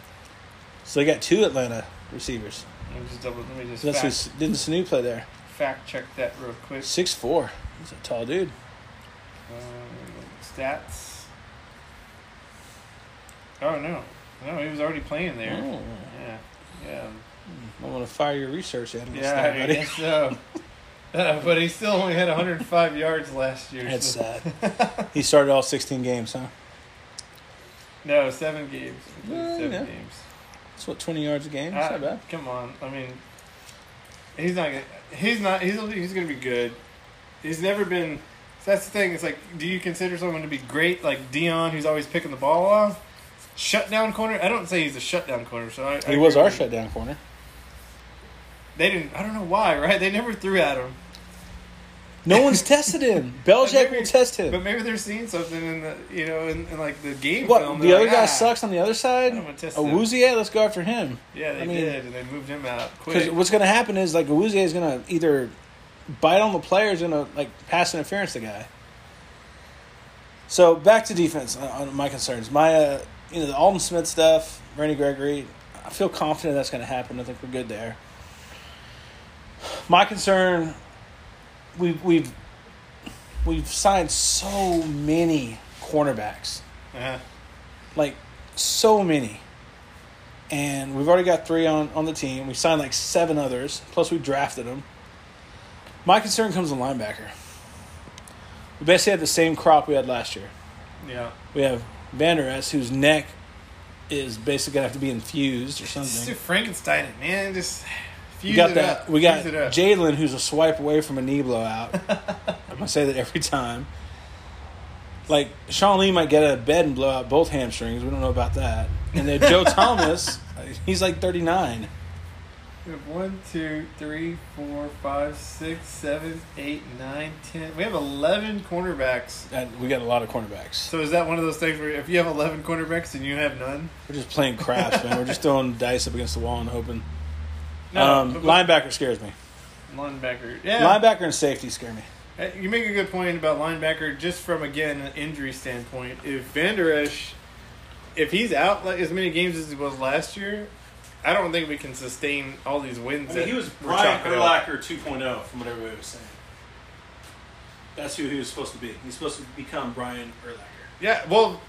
So they got two Atlanta receivers. Let me just double. Let me just So that's fact, who didn't Sanu play there. fact check that real quick. Six four. He's a tall dude. Uh, stats. Oh no, no, he was already playing there. Oh. Yeah, yeah, I want to fire your research analyst. yeah. there, I buddy. guess so. Uh, but he still only had 105 yards last year. That's so- sad. he started all sixteen games, huh? no, seven games. He played Well, Seven yeah. games. That's what twenty yards a game. Uh, That's not bad. Come on, I mean, he's not. Gonna, he's not. He's he's gonna be good. He's never been. So that's the thing. It's like, do you consider someone to be great like Dion, who's always picking the ball off? Shutdown corner. I don't say he's a shutdown corner. So I, I He was agree our with you. shutdown corner. They didn't. I don't know why. Right? They never threw at him. No one's tested him. Belichick Maybe- will test But him. maybe they're seeing something in the you know in, in like the game What film. the They're other like, guy "Ah." sucks on the other side? Oh, I'm gonna test him. Awuzie, let's go after him. Yeah, they I mean- did, and they moved him out Because quick. what's going to happen is like Awuzie is going to either bite on the players and a like pass interference the guy. So back to defense on, on my concerns. My uh, you know the Alden Smith stuff, Randy Gregory. I feel confident that's going to happen. I think we're good there. My concern, we've we've we've signed so many cornerbacks, Uh-huh. like so many, and we've already got three on on the team. We signed like seven others, plus we drafted them. My concern comes in linebacker. We basically had the same crop we had last year. Yeah. We have Vander Ness, whose neck is basically gonna have to be infused or Just do something. Frankenstein it, man. Just fuse We got it that. up. We got Fuse it up. Jalen, who's a swipe away from a knee blowout. I'm gonna say that every time. Like Sean Lee might get out of bed and blow out both hamstrings. We don't know about that. And then Joe Thomas, he's like 39. We have One, two, three, four, five, six, seven, eight, nine, ten. We have eleven cornerbacks. And we got a lot of cornerbacks. So is that one of those things where if you have eleven cornerbacks and you have none? We're just playing craps, man. We're just throwing dice up against the wall and hoping. um, but- linebacker scares me. linebacker. Yeah, Linebacker and safety scare me. Uh, You make a good point about linebacker, just from again an injury standpoint. If Van Der Esch, if he's out like as many games as he was last year, I don't think we can sustain all these wins. I mean, that he was we're Brian talking about. Urlacher 2.0, oh, from what everybody was saying. That's who he was supposed to be. He's supposed to become Brian Urlacher. Yeah, well,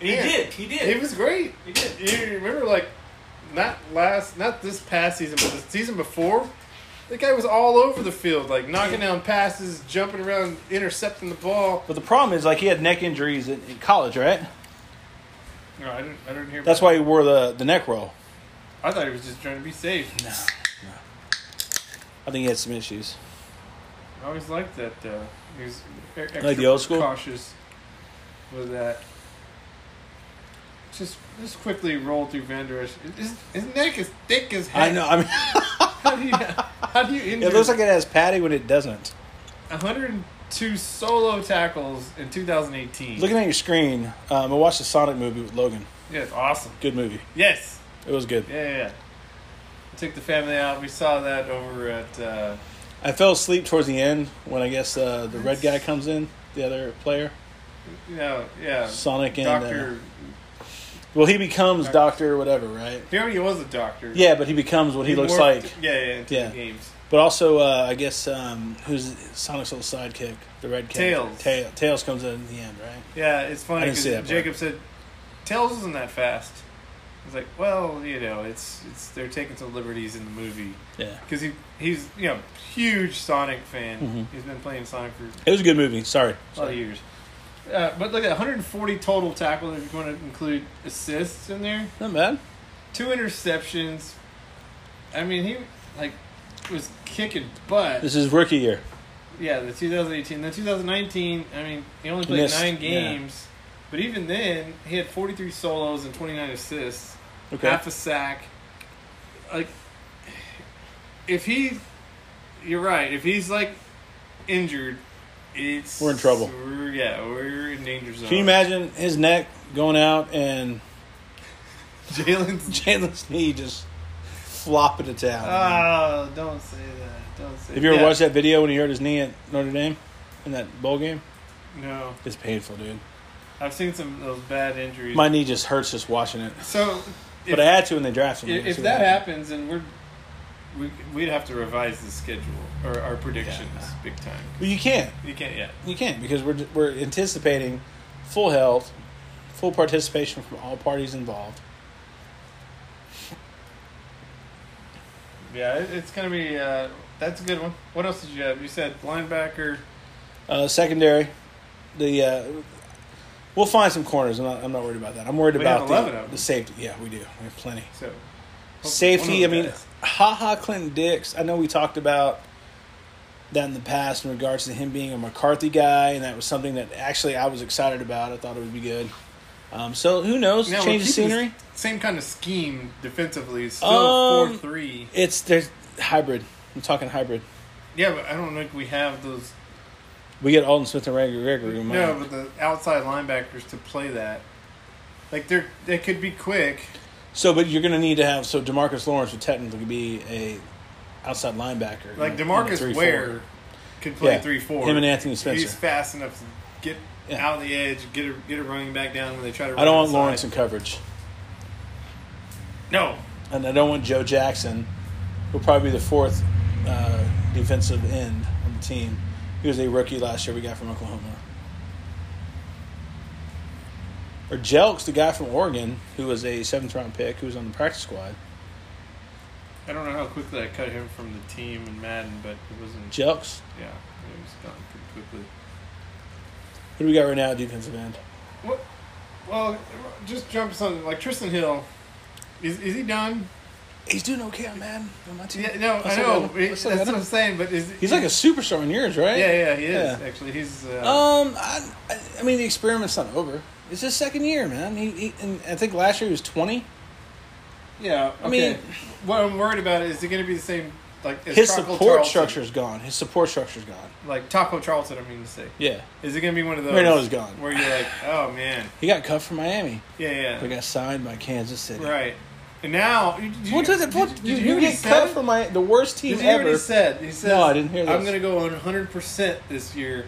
And he Yeah. did. He did. he was great. He did. You remember, like, not last, not this past season, but the season before, the guy was all over the field, like knocking down passes, jumping around, intercepting the ball. But the problem is, like, he had neck injuries in, in college, right? No, I didn't. I didn't hear. That's why he wore the, the neck roll. I thought he was just trying to be safe. No. no. I think he had some issues. I always liked that. Uh, he was e- extra Like the old school? cautious with that. Just just quickly roll through Vanderish. His, his neck is thick as heck. I know. I mean, How do you how do you injure? it looks like it has padding when it doesn't. 102 solo tackles in 2018. Looking at your screen, um, I watched the Sonic movie with Logan. yeah, it's awesome. Good movie. Yes. It was good. Yeah, yeah. yeah. We took the family out. We saw that over at. Uh, I fell asleep towards the end when I guess uh, the red guy comes in, the other player. you know, yeah. Sonic and. uh, Doctor. Well, he becomes Doctor whatever, right? He already was a doctor. Yeah, but he becomes what he, looks morphed- like. Yeah, yeah. Into Yeah. the games. But also, uh, I guess um, who's Sonic's little sidekick, the red cat? Tails. Tail, Tails comes in at the end, right? Yeah, it's I funny didn't because see that part. Jacob said, "Tails isn't that fast." I was like, "Well, you know, it's it's they're taking some liberties in the movie Yeah, because he he's you know huge Sonic fan. Mhm. He's been playing Sonic for it was a good movie. Sorry, a lot of years. Uh, but look at 140 total tackles if you want to include assists in there. not bad. Two interceptions. I mean, he like was kicking butt. This is rookie year. Yeah, the 2018. The 2019, I mean, he only played missed, nine yeah. games. But even then, he had 43 solos and 29 assists, Okay, half a sack. Like, if he. You're right. If he's, like, injured, it's. We're in trouble. we're- yeah, we're in danger zone. can you imagine his neck going out and Jalen's. Jalen's knee just flopping to town? Oh, don't say that. Don't say Have you ever yeah. watched that video when he hurt his knee at Notre Dame in that bowl game? No. It's painful, dude. I've seen some of those bad injuries. My knee just hurts just watching it. so. But I had to when they drafted me. If, if that happens, and we're we, we'd have to revise the schedule or our predictions Yeah. big time. well, you can't. You can't yet. You can't because we're we're anticipating full health, full participation from all parties involved. Yeah, it, it's gonna be. Uh, that's a good one. What else did you have? You said linebacker. Uh, secondary, the uh, we'll find some corners. I'm not I'm not worried about that. I'm worried We have about 11 of the, them. the safety. Yeah, we do. We have plenty. So Safety. I one of the mean, guys. haha, Clinton Dix. I know we talked about that in the past in regards to him being a McCarthy guy, and that was something that actually I was excited about. I thought it would be good. Um, so who knows? Now, Change we'll the keep this scenery. Same kind of scheme defensively. It's Still Um, four three. It's there's hybrid. I'm talking hybrid. Yeah, but I don't think we have those. We get Alden Smith and Randy Gregory. in No, mind. but the outside linebackers to play that. Like they're they could be quick. so, but you're going to need to have so Demarcus Lawrence would technically be a outside linebacker. Like in a- in a Demarcus three-four. Ware can play Yeah. three four. Him and Anthony Spencer. He's fast enough to get Yeah. out on the edge, get a get a running back down when they try to. Run I don't want outside. Lawrence in coverage, No, and I don't want Joe Jackson, who'll probably be the fourth uh, defensive end on the team. He was a rookie last year we got from Oklahoma. Or Jelks, the guy from Oregon, who was a seventh round pick, who was on the practice squad. I don't know how quickly I cut him from the team in Madden, but it wasn't. Jelks, Yeah, it was gone pretty quickly. who do we got right now at defensive end? What? Well, just jump to something like Tristan Hill. Is is he done? He's doing okay on Madden. On my team. Yeah, no, I still know. got him. It- I That's still got what him. I'm saying. But is He's like a superstar in yours, right? yeah, yeah, he is Yeah. actually. He's uh, Um, I, I- I mean, the experiment's not over. It's his second year, man. He, he and I think last year he was twenty. yeah. I mean- okay. what I'm worried about is it going to be the same like as His Taco support Charlton? structure's gone. His support structure's gone. like Taco Charlton. I mean to say, Yeah, is it going to be one of those? Reynold's gone. Where you're like, oh man, he got cut from Miami. yeah, But yeah, got signed by Kansas City. right. And now, did you, What does it? did What, you, did you, you hear what he get cut said? from my the worst team Did you hear what ever. he said? He said, No, I didn't hear I'm this. going to go 100% this year,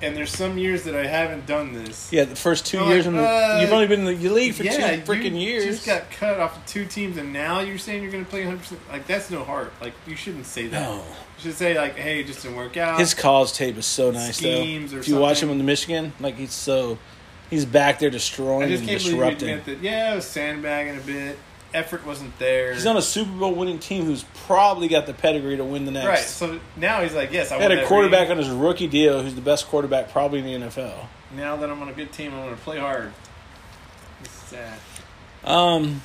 and there's some years that I haven't done this. Yeah, the first 2 I'm years. like, in the, uh, you've only been in the league for Yeah, two freaking you years. just got cut off of two teams, and now you're saying you're going to play 100%. Like, that's no heart. Like, you shouldn't say that. No. You should say, like, hey, it just didn't work out. His college tape is so nice, Uh, Schemes though. or if you watch him something. on the Michigan, like he's so, he's back there I destroying just and can't believe you disrupting. admit that, yeah, I was sandbagging a bit. Effort wasn't there. He's on a Super Bowl winning team who's probably got the pedigree to win the next. Right, so now he's like, yes, I He had want a that quarterback ring. on his rookie deal who's the best quarterback probably in the NFL. Now that I'm on a good team, I'm going to play hard. It's sad. Um,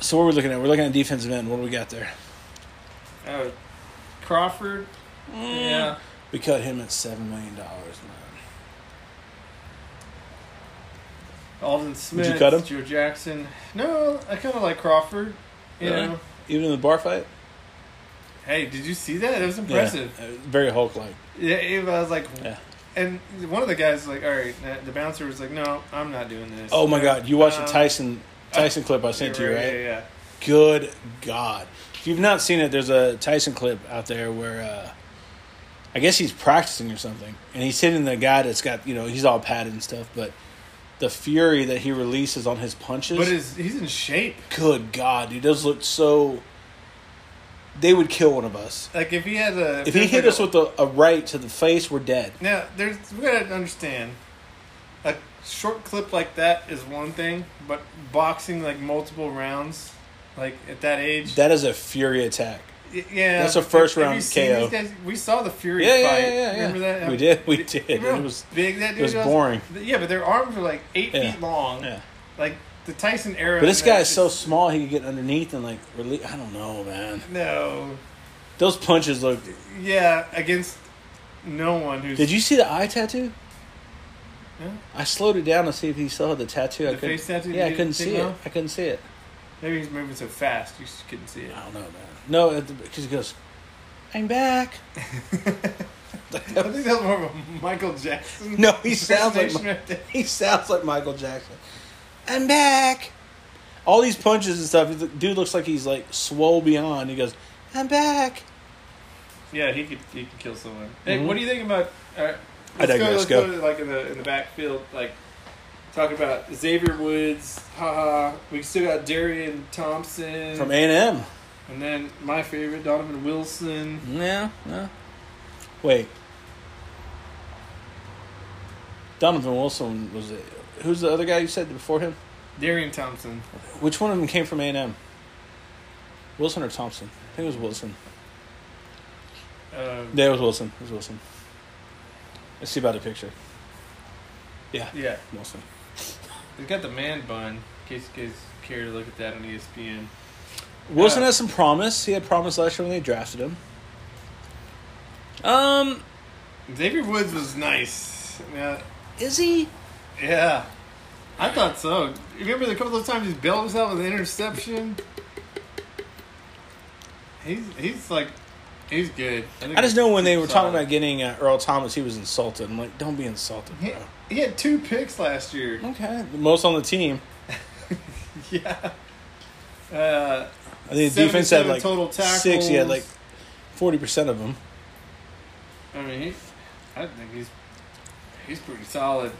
so what are we looking at? We're looking at defensive end. What do we got there? Oh, Crawford? Mm. Yeah. We cut him at seven million dollars. man. Alden Smith. you cut him? Joe Jackson. No, I kind of like Crawford. You Really? know. Even in the bar fight, Hey, did you see that? It was Yeah. impressive. Uh, very Hulk like. Yeah, it I was like, Yeah. and one of the guys was like, all right, and the bouncer was like, no, I'm not doing this. Oh my God! You watched Um, the Tyson Tyson clip I sent to you, yeah, right? Yeah, yeah. Good God. If you've not seen it, there's a Tyson clip out there where uh, I guess he's practicing or something. And he's hitting the guy that's got, you know, he's all padded and stuff, but the fury that he releases on his punches. But his, he's in shape. good God, dude, those look so. They would kill one of us. Like if he had a If he hit us with a, a right to the face, we're dead. now, there's we gotta understand. A short clip like that is one thing, but boxing like multiple rounds, like at that age, That is a fury attack. Y- Yeah, That's a first Have you round seen KO. these guys? We saw the Fury Yeah, yeah, fight. yeah, yeah, yeah. Remember that? We did, we You did. remember It how was- big. That dude was boring. Yeah, but their arms were like eight Yeah. feet long. Yeah. Like the Tyson era. But this in that guy is so just- small, he could get underneath and, like, release. I don't know, man. no. Those punches look. Yeah, against no one who's Did you see the eye tattoo? Yeah. I slowed it down to see if he saw the tattoo. I The couldn't, face tattoo? Yeah, I You couldn't didn't see think it. no? I couldn't see it. Maybe he's moving so fast you just couldn't see it. I don't know, man. No, because he goes, "I'm back." I think that was more of a Michael Jackson. No, he sounds like impersonation Mi- right there. he sounds like Michael Jackson. I'm back. All these punches and stuff. the Dude looks like he's like swole beyond. He goes, "I'm back." Yeah, he could he could kill someone. Hey, Mhm. what do you think about? all right, I digress, Let's go. go to, like in the in the backfield, like talk about Xavier Woods. Haha. We still got Darian Thompson From A and M. and then my favorite Donovan Wilson. Yeah. No. Wait. Donovan Wilson was it? Who's the other guy you said before him? Darian Thompson. Which one of them came from A and M? Wilson or Thompson? I think it was Wilson. Um, Yeah, it was Wilson. It was Wilson. Let's see about the picture. Yeah, yeah, Wilson. they got the man bun. In case you guys care to look at that on E ESPN. Wilson Uh, has some promise. He had promise last year when they drafted him. Um, Xavier Woods was nice. Yeah, is he? yeah. I thought so. Remember the couple of times he bailed himself with an interception? He's he's like he's good. think I just know when they he's were solid. talking about getting uh, Earl Thomas, he was insulted. I'm like, don't be insulted, he, bro. he had two picks last year. Okay, the most on the team. yeah. Uh, I think the defense had 77 like total six. He had like tackles. forty percent of them. I mean, he, I think he's he's pretty solid,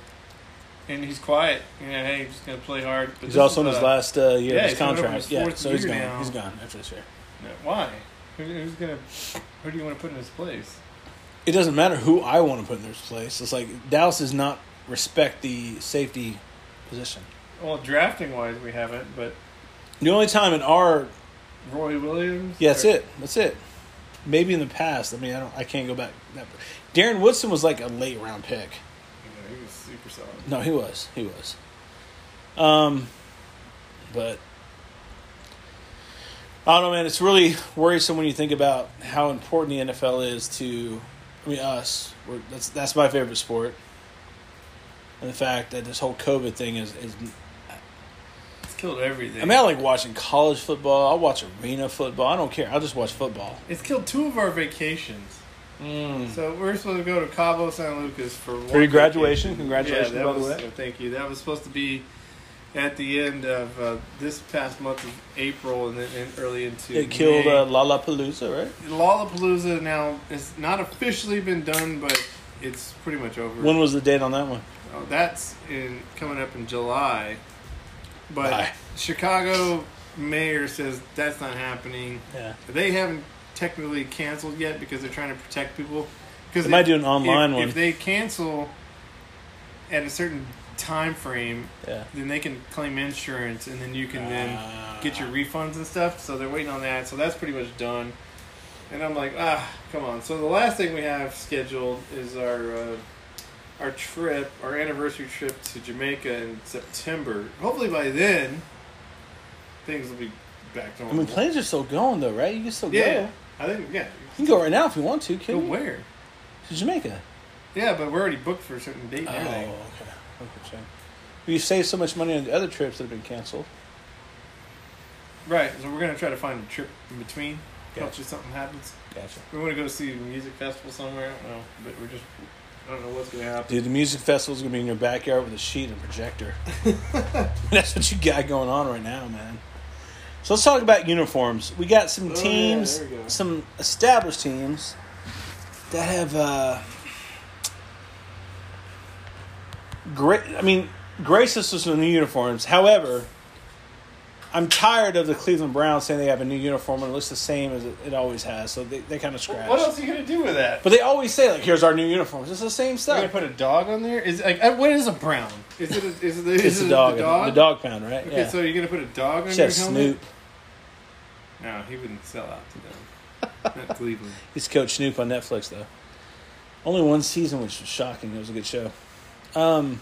and he's quiet. You know, hey, he's gonna play hard. But He's this also in is, his uh, last uh, year yeah, of he's his coming up in contract. his yeah, fourth so he's year gone. now. He's gone after this year. no, Why? Who, who's gonna? Who do you want to put in his place? It doesn't matter who I want to put in their place. It's like Dallas does not respect the safety position. Well, drafting wise, we haven't, but The only time in our Roy Williams. yeah, that's or- it. That's it. Maybe in the past. I mean, I don't. I can't go back. That Darren Woodson was like a late round pick. You know, he was super solid. No, he was. He was. Um, but I don't know, man. It's really worrisome when you think about how important the NFL is to, I mean, us. We're, that's that's my favorite sport, and the fact that this whole COVID thing is is. It's killed everything. I mean, I like watching college football. I watch arena football. I don't care. I'll just watch football. it's killed two of our vacations. So we're supposed to go to Cabo San Lucas for one For your graduation, vacation. congratulations, that by the was- way. Thank you. That was supposed to be at the end of uh, this past month of April and then and early into It killed May. uh, Lollapalooza, right? Lollapalooza. Now it's not officially been done, but it's pretty much over. When was the date on that one? Oh, that's in coming up in July. But Bye. Chicago mayor says that's not happening. Yeah. They haven't technically canceled yet because they're trying to protect people. Because They might do an online if, one. If they cancel at a certain time frame, Yeah. then they can claim insurance, and then you can then get your refunds and stuff. So they're waiting on that. So that's pretty much done. And I'm like, ah, come on. So the last thing we have scheduled is our uh, our trip, our anniversary trip to Jamaica in September. Hopefully by then, things will be back to I normal. mean, planes are still going though, right? You can still yeah, go. I think yeah. You can go right now if you want to. But Can you? where? To Jamaica. Yeah, but we're already booked for a certain date. And Oh, okay. everything. okay. We saved so much money on the other trips that have been canceled. Right. So we're gonna try to find a trip in between. Gotcha. Hopefully something happens. Gotcha. We want to go see a music festival somewhere. I don't know, but we're just I don't know what's gonna happen. Dude, the music festival's gonna be in your backyard with a sheet and a projector. That's what you got going on right now, man. So let's talk about uniforms. We got some Oh, yeah, teams, there we go. some established teams that have uh, great. I mean, grace us with some new uniforms. However, I'm tired of the Cleveland Browns saying they have a new uniform and it looks the same as it, it always has. So they, they kind of scratch. What else are you gonna do with that? But they always say like, "Here's our new uniforms." It's the same You're gonna stuff. put a dog on there? Is like uh, what is a brown? Is it a, is it, is It's it the dog, The dog. the dog pound, right? Okay, yeah. so you're gonna put a dog on Chef your helmet? Snoop. No, he wouldn't sell out to them. Not Cleveland. He's Coach Snoop on Netflix though. Only one season, which was shocking. It was a good show. Um,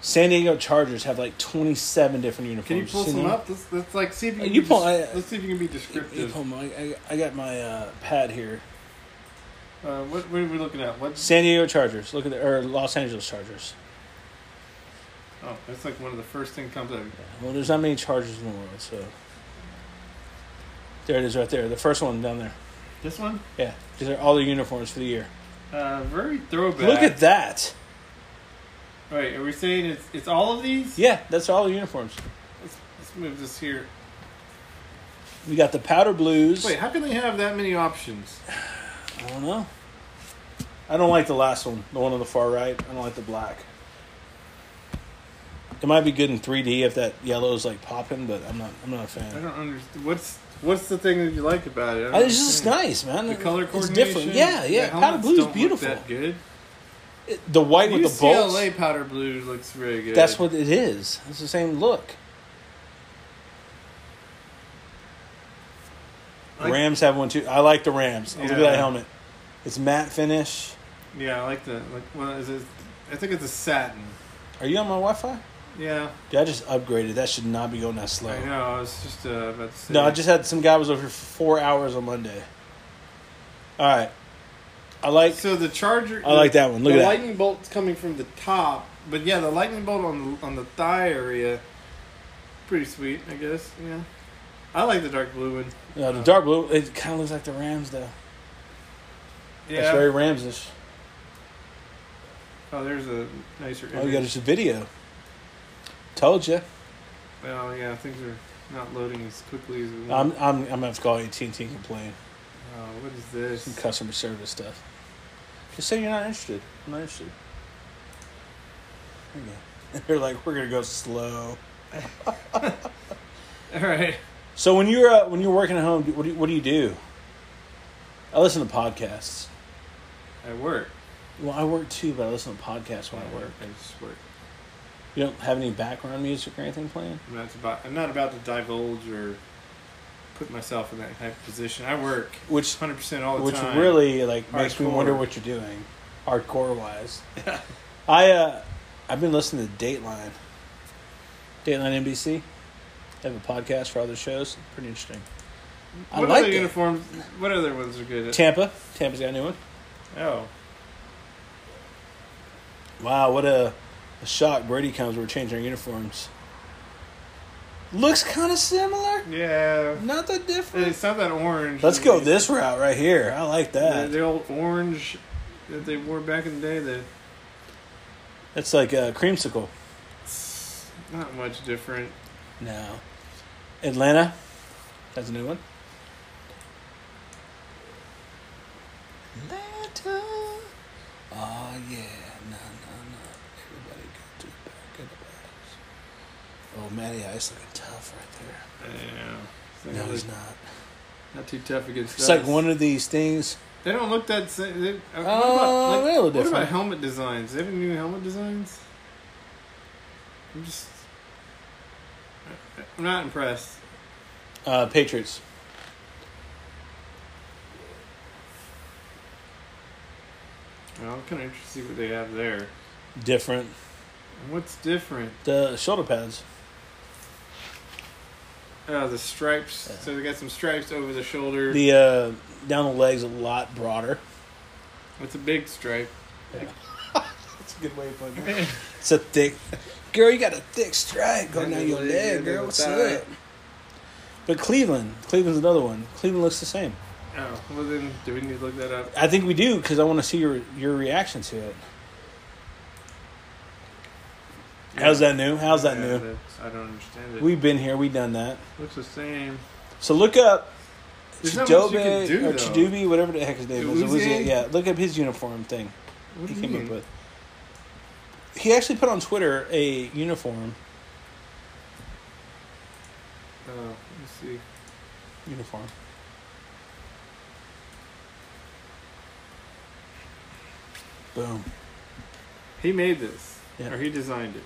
San Diego Chargers have like twenty-seven different uniforms. Can you pull seen some them? up? Let's, let's like see if you Oh, Uh, can you be pull- des- I- let's see if you can be You- descriptive. you pull them. I, I, I got my uh, pad here. uh, what, what are we looking at? What? San Diego Chargers. Look at the or Los Angeles Chargers. Oh, that's like one of the first thing comes up. Yeah, Well, there's not many Chargers in the world, so there it is right there. The first one down there. This one, Yeah, these are all the uniforms for the year. uh, very throwback. Look at that. Right, are we saying it's it's all of these? Yeah, that's all the uniforms. Let's, let's move this here. We got the powder blues. Wait, how can they have that many options? I don't know. I don't like the last one, the one on the far right. I don't like the black. It might be good in 3D if that yellow is like popping, but I'm not. I'm not a I fan. don't understand. What's what's the thing that you like about it? I don't Uh, It's just understand. nice, man. The color It's coordination. different. Yeah, yeah. The powder helmets blue don't is look beautiful. that good. It- the white with the bolts. UCLA powder blue looks very good. That's what it is. It's the same look. Like- Rams have one too. I like the Rams. Look at Yeah. that helmet. It's matte finish. Yeah, I like the like. Well, is it? I think it's a satin. Are you on my Wi-Fi? Yeah, Dude, I just upgraded. That should not be going that slow. I know. I was just uh, about to say. Oh. No, I just had some guy was over here for four hours on Monday. All right, I like. So the charger. I like that one. Look the at that. lightning bolt's coming from the top, but yeah, the lightning bolt on the on the thigh area, pretty sweet, I guess. Yeah, I like the dark blue one. No, uh, the dark blue. It kind of looks like the Rams though. Yeah. It's very Ramsish. oh, there's a nicer. Oh, you got image. just a video. Told you. Well, yeah, things are not loading as quickly as we Um, want. I'm. I'm. I'm gonna have to call AT and T and complain. I what is this? Some customer service stuff. Just say you're not interested. I'm not interested. There you go. They're like, we're gonna go slow. All right. So when you're uh, when you're working at home, do- what do you, what do you do? I listen to podcasts. At work. Well, I work too, but I listen to podcasts when I work. I just work. You don't have any background music or anything playing. I'm not about. I'm not about to divulge or put myself in that type of position. I work Which 100 percent all the which time. really like makes me Hardcore. wonder what you're doing, hardcore wise. I uh, I've been listening to Dateline, Dateline NBC. They have a podcast for other shows. Pretty interesting. I What like other it. uniforms? What other ones are good? At? Tampa, Tampa's got a new one. Oh, Wow, what a, a shock! Brady comes. We're changing our uniforms. Looks kind of similar. yeah. Not that different. It's not that orange. Let's that go we- this route right here. I like The, that. the old orange that they wore back in the day. That It's like a creamsicle. not much different. No. Atlanta. That's a new one. Atlanta. Oh, yeah. No, no, no. Everybody go to the back of the bus. Oh, Matty Ice looking tough right Yeah. there. No, he's not. Not too tough against It's us. like one of these things. They don't look that same. They, uh, Uh, what about, like, they're a little what different. about helmet designs? They have any new helmet designs? I'm just. I'm not impressed. Uh, Patriots. Well, I'm kind of interested to see what they have there. Different. And What's different? The shoulder pads. Oh, the stripes. Yeah. So they got some stripes over the shoulder. The uh, down the legs a lot broader. What's a big stripe? That's a good way of putting it. it's a thick. Girl, you got a thick stripe going down your leg, girl. What's up? But Cleveland, Cleveland's another one. Cleveland looks the same. Oh, well then, do we need to look that up? I think we do because I want to see your your reaction to it. How's that new? How's that Yeah, new? that's- I don't understand it. We've been here. We've done that. looks the same. So look up There's not much you Chidobe can do, or though. Chidobe, whatever the heck his name is. It was- Chidobe? Yeah, look up his uniform thing What do he you came mean? up with. He actually put on Twitter a uniform Oh, let me see. uniform. Boom. He made this, Yeah. or he designed it.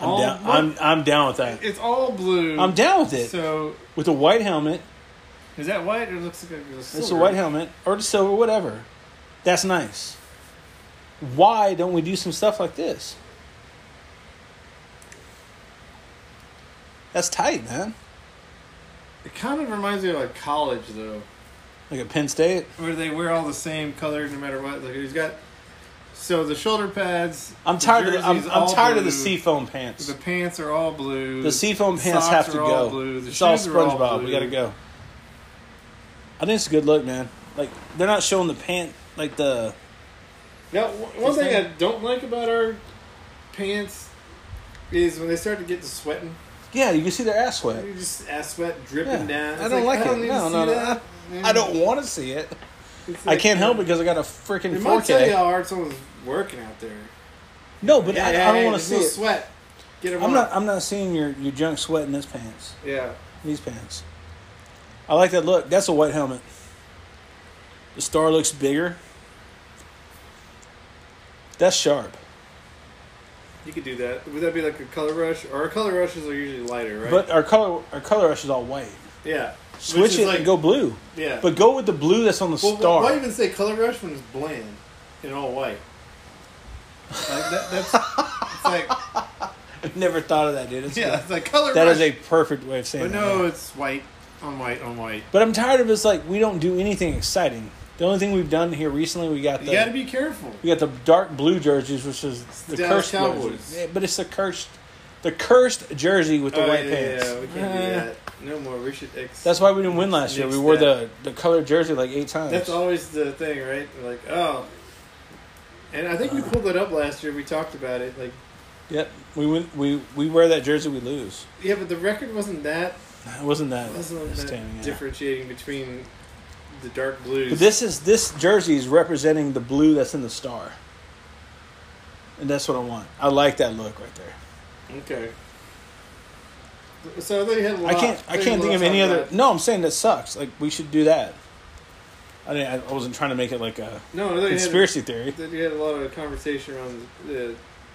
I'm All down. what- I'm I'm down with that. It's all blue. I'm down with it. So with a white helmet. is that white? Or it looks like it's It's a white helmet or the silver, whatever. That's nice. Why don't we do some stuff like this? That's tight, man. It kind of reminds me of like college though, Like at Penn State. where they wear all the same color no matter what. Like he's got. So the shoulder pads. I'm the tired of the, I'm, jerseys I'm all tired of the blue, seafoam pants. The The, pants are all blue. seafoam the pants socks have to are all go. blue, the it's all shoes are all SpongeBob. We blue. gotta go. I think it's a good look, man. Like they're not showing the pant, like the Now, one one His thing I name- don't like about our pants is when they start to get to sweating. yeah. You can see their ass sweat. You just ass sweat dripping Yeah. down. It's I don't like, I it. need to No, see no, no. that. I don't want to see it. It's I like- can't help it because I got a freaking It might tell you 4K. how hard someone's working out there. No, but I, I don't want to there's see no it. Sweat. Get him I'm not. I'm not seeing your, your junk sweat in this pants. Yeah. These pants. I like that look. That's a white helmet. The star looks bigger. That's sharp. You could do that. Would that be like a color rush? Or our color rushes are usually lighter, right? But our color our color rush is all white. yeah. Which Switch is it like- and go blue. Yeah. But go with the blue that's on the well, star. Why even say color rush when it's bland and all white? Like that, that's it's like I've never thought of that, dude. That's yeah, good. it's like color That rush. is a perfect way of saying but it. no, yeah. it's white on white on white. But I'm tired of it's like we don't do anything exciting. The only thing we've done here recently, we got You the got to be careful. we got the dark blue jerseys, which is the, Dallas cursed Cowboys. jerseys. Yeah, but it's the cursed, the cursed jersey with the Oh, white yeah, pants. Yeah, we can't Eh. do that. No more. We should. Ex- That's why we didn't win last year. Nix We wore the that. the colored jersey like eight times. That's always the thing, right? Like, oh. And I think we Uh. pulled it up last year. We talked about it. Like, Yep, we win. We we wear that jersey, we lose. yeah, but the record wasn't that It wasn't that, wasn't that outstanding, yeah. differentiating between the dark blues. But this is this jersey is representing the blue that's in the star, and that's what I want. I like that look right there. okay. So they had. A lot, I can't. I can't they had a think lot of any talk other. about- No, I'm saying that sucks. Like we should do that. I didn't, I wasn't trying to make it like a No, they had. conspiracy theory. They had a lot of conversation around the.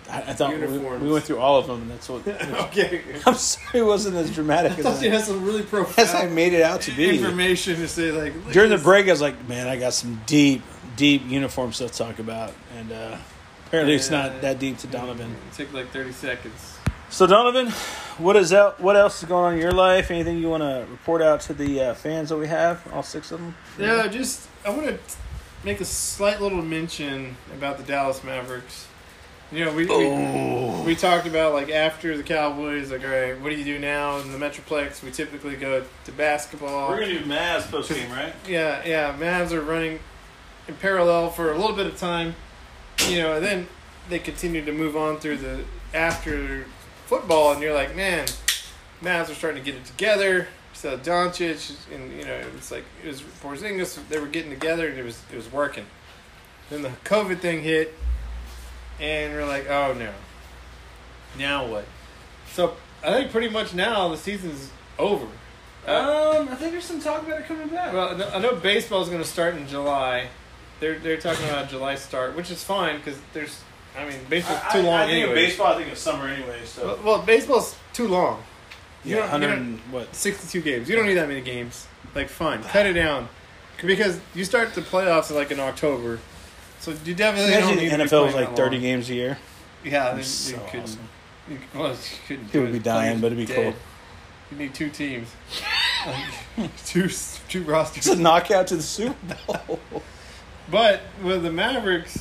I, I thought we, Uniforms. we went through all of them, and that's what. okay. I'm sorry, it wasn't as dramatic as Plus, you I, had some really as I profound made it out to be. information to say like look During the at this- break, I was like, "Man, I got some deep, deep uniform stuff to talk about," and uh, apparently, it's Yeah. not that deep to Donovan. It took like thirty seconds. So, Donovan, what is el- what else is going on in your life? Anything you want to report out to the uh, fans that we have, all six of them? Yeah, just I want to make a slight little mention about the Dallas Mavericks. You know, we, we we talked about like after the Cowboys, like all right, what do you do now in the Metroplex? We typically go to basketball. do Mavs post game, right? yeah, yeah, Mavs are running in parallel for a little bit of time. You know, and then they continue to move on through the after football, and you're like, man, Mavs are starting to get it together. So Doncic and you know it was like it was Porzingis. They were getting together and it was it was working. Then the COVID thing hit, and we're like, oh no. Now what? So I think pretty much now the season's over. Um, I think there's some talk about it coming back. Well, I know- I know baseball's going to start in July. They're they're talking about a July start, which is fine because there's, I mean, baseball's too long I anyway. think it's summer anyway. well, well, baseball's too long. You yeah, don't- 100 you don't- and what? Sixty-two games. You don't need that many games. Like, fine, cut it down, because you start the playoffs like in October, so you definitely don't Imagine need the to be NFL was playing like that 30 long. games a year. Yeah, then That'd you be so couldn't. awesome. You, well, you couldn't. It would be dying, but it'd be cool. You need two teams, Like, two s- two rosters. It's a knockout to the Super Bowl. But with the Mavericks,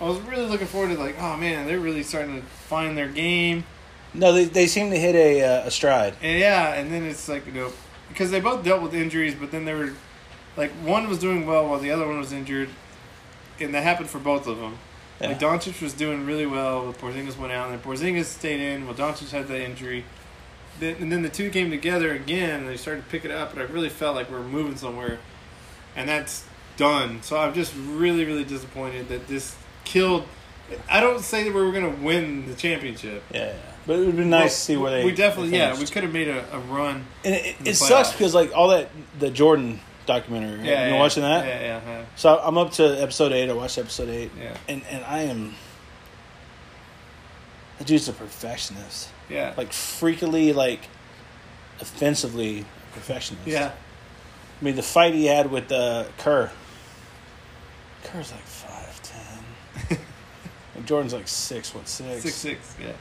I was really looking forward to like, oh man, they're really starting to find their game. no, they, they seem to hit a, uh, a stride. And yeah, and then it's like, you know, because they both dealt with injuries, but then they were like one was doing well while the other one was injured, and that happened for both of them. Like Yeah. Doncic was doing really well, but Porzingis went out, and then Porzingis stayed in. Well, Doncic had that injury, then, and then the two came together again, and they started to pick it up. And I really felt like we were moving somewhere, and that's done. So I'm just really, really disappointed that this killed. I don't say that we were going to win the championship. Yeah, yeah. But it would be nice to see where they. We definitely, they yeah, we finished. could have made a, a run. And it, in it, the sucks playoffs. because like all that the Jordan documentary. Right? you Yeah, yeah, been watching that? Yeah, yeah, So I'm up to episode eight. I watched episode eight, yeah, yeah. and and I am. That dude's a perfectionist, yeah. like freakily, like offensively perfectionist. yeah, I mean the fight he had with uh, Kerr. Kerr's like five ten. and Jordan's like six what six. six six, yeah,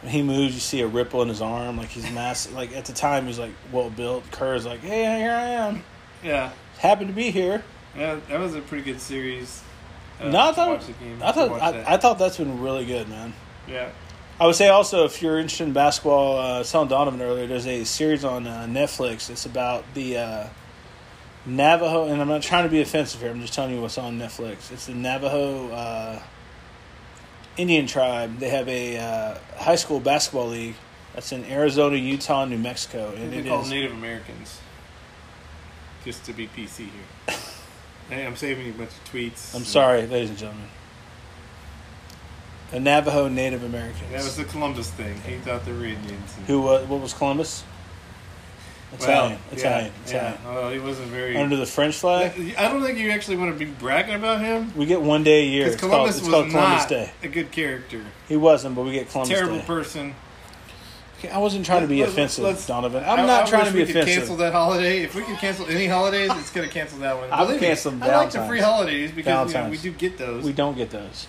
When he moves, you see a ripple in his arm, like he's massive. like at the time, he's like well built. Kerr's like, hey, here I am, yeah. happy to be here. Yeah, that was a pretty good series. uh, no, I to thought, watch the game, I to thought, watch that. I, I thought that's been really good, man. yeah, I would say also if you're interested in basketball, uh, I was telling Donovan earlier, there's a series on uh, Netflix. It's about the uh, Navajo, and I'm not trying to be offensive here. I'm just telling you what's on Netflix. It's the Navajo uh, Indian tribe. They have a uh, high school basketball league that's in Arizona, Utah, and New Mexico, I think and they it call is. Native Americans. Just to be PC here. hey, I'm saving you a bunch of tweets. I'm sorry, ladies and gentlemen. The Navajo Native Americans. That was the Columbus thing. He thought they were Indians. and- Who was? What was Columbus? Well, Italian. yeah, Italian. yeah. Italian. Well, he wasn't very. Under the French flag. I don't think you actually want to be bragging about him We get one day a year. because It's called, Columbus it's called was Columbus not Day. a good character. He wasn't, but we get Columbus Terrible Day. person. Okay, I wasn't trying to be Let's- offensive, let's- Donovan. I- I'm not I trying to wish be we could Cancel offensive. that holiday. If we can cancel any holidays, it's going to cancel that one. I would Believe me, cancel I like the Valentine's. free holidays because you know, we Valentine's. do get those. We don't get those.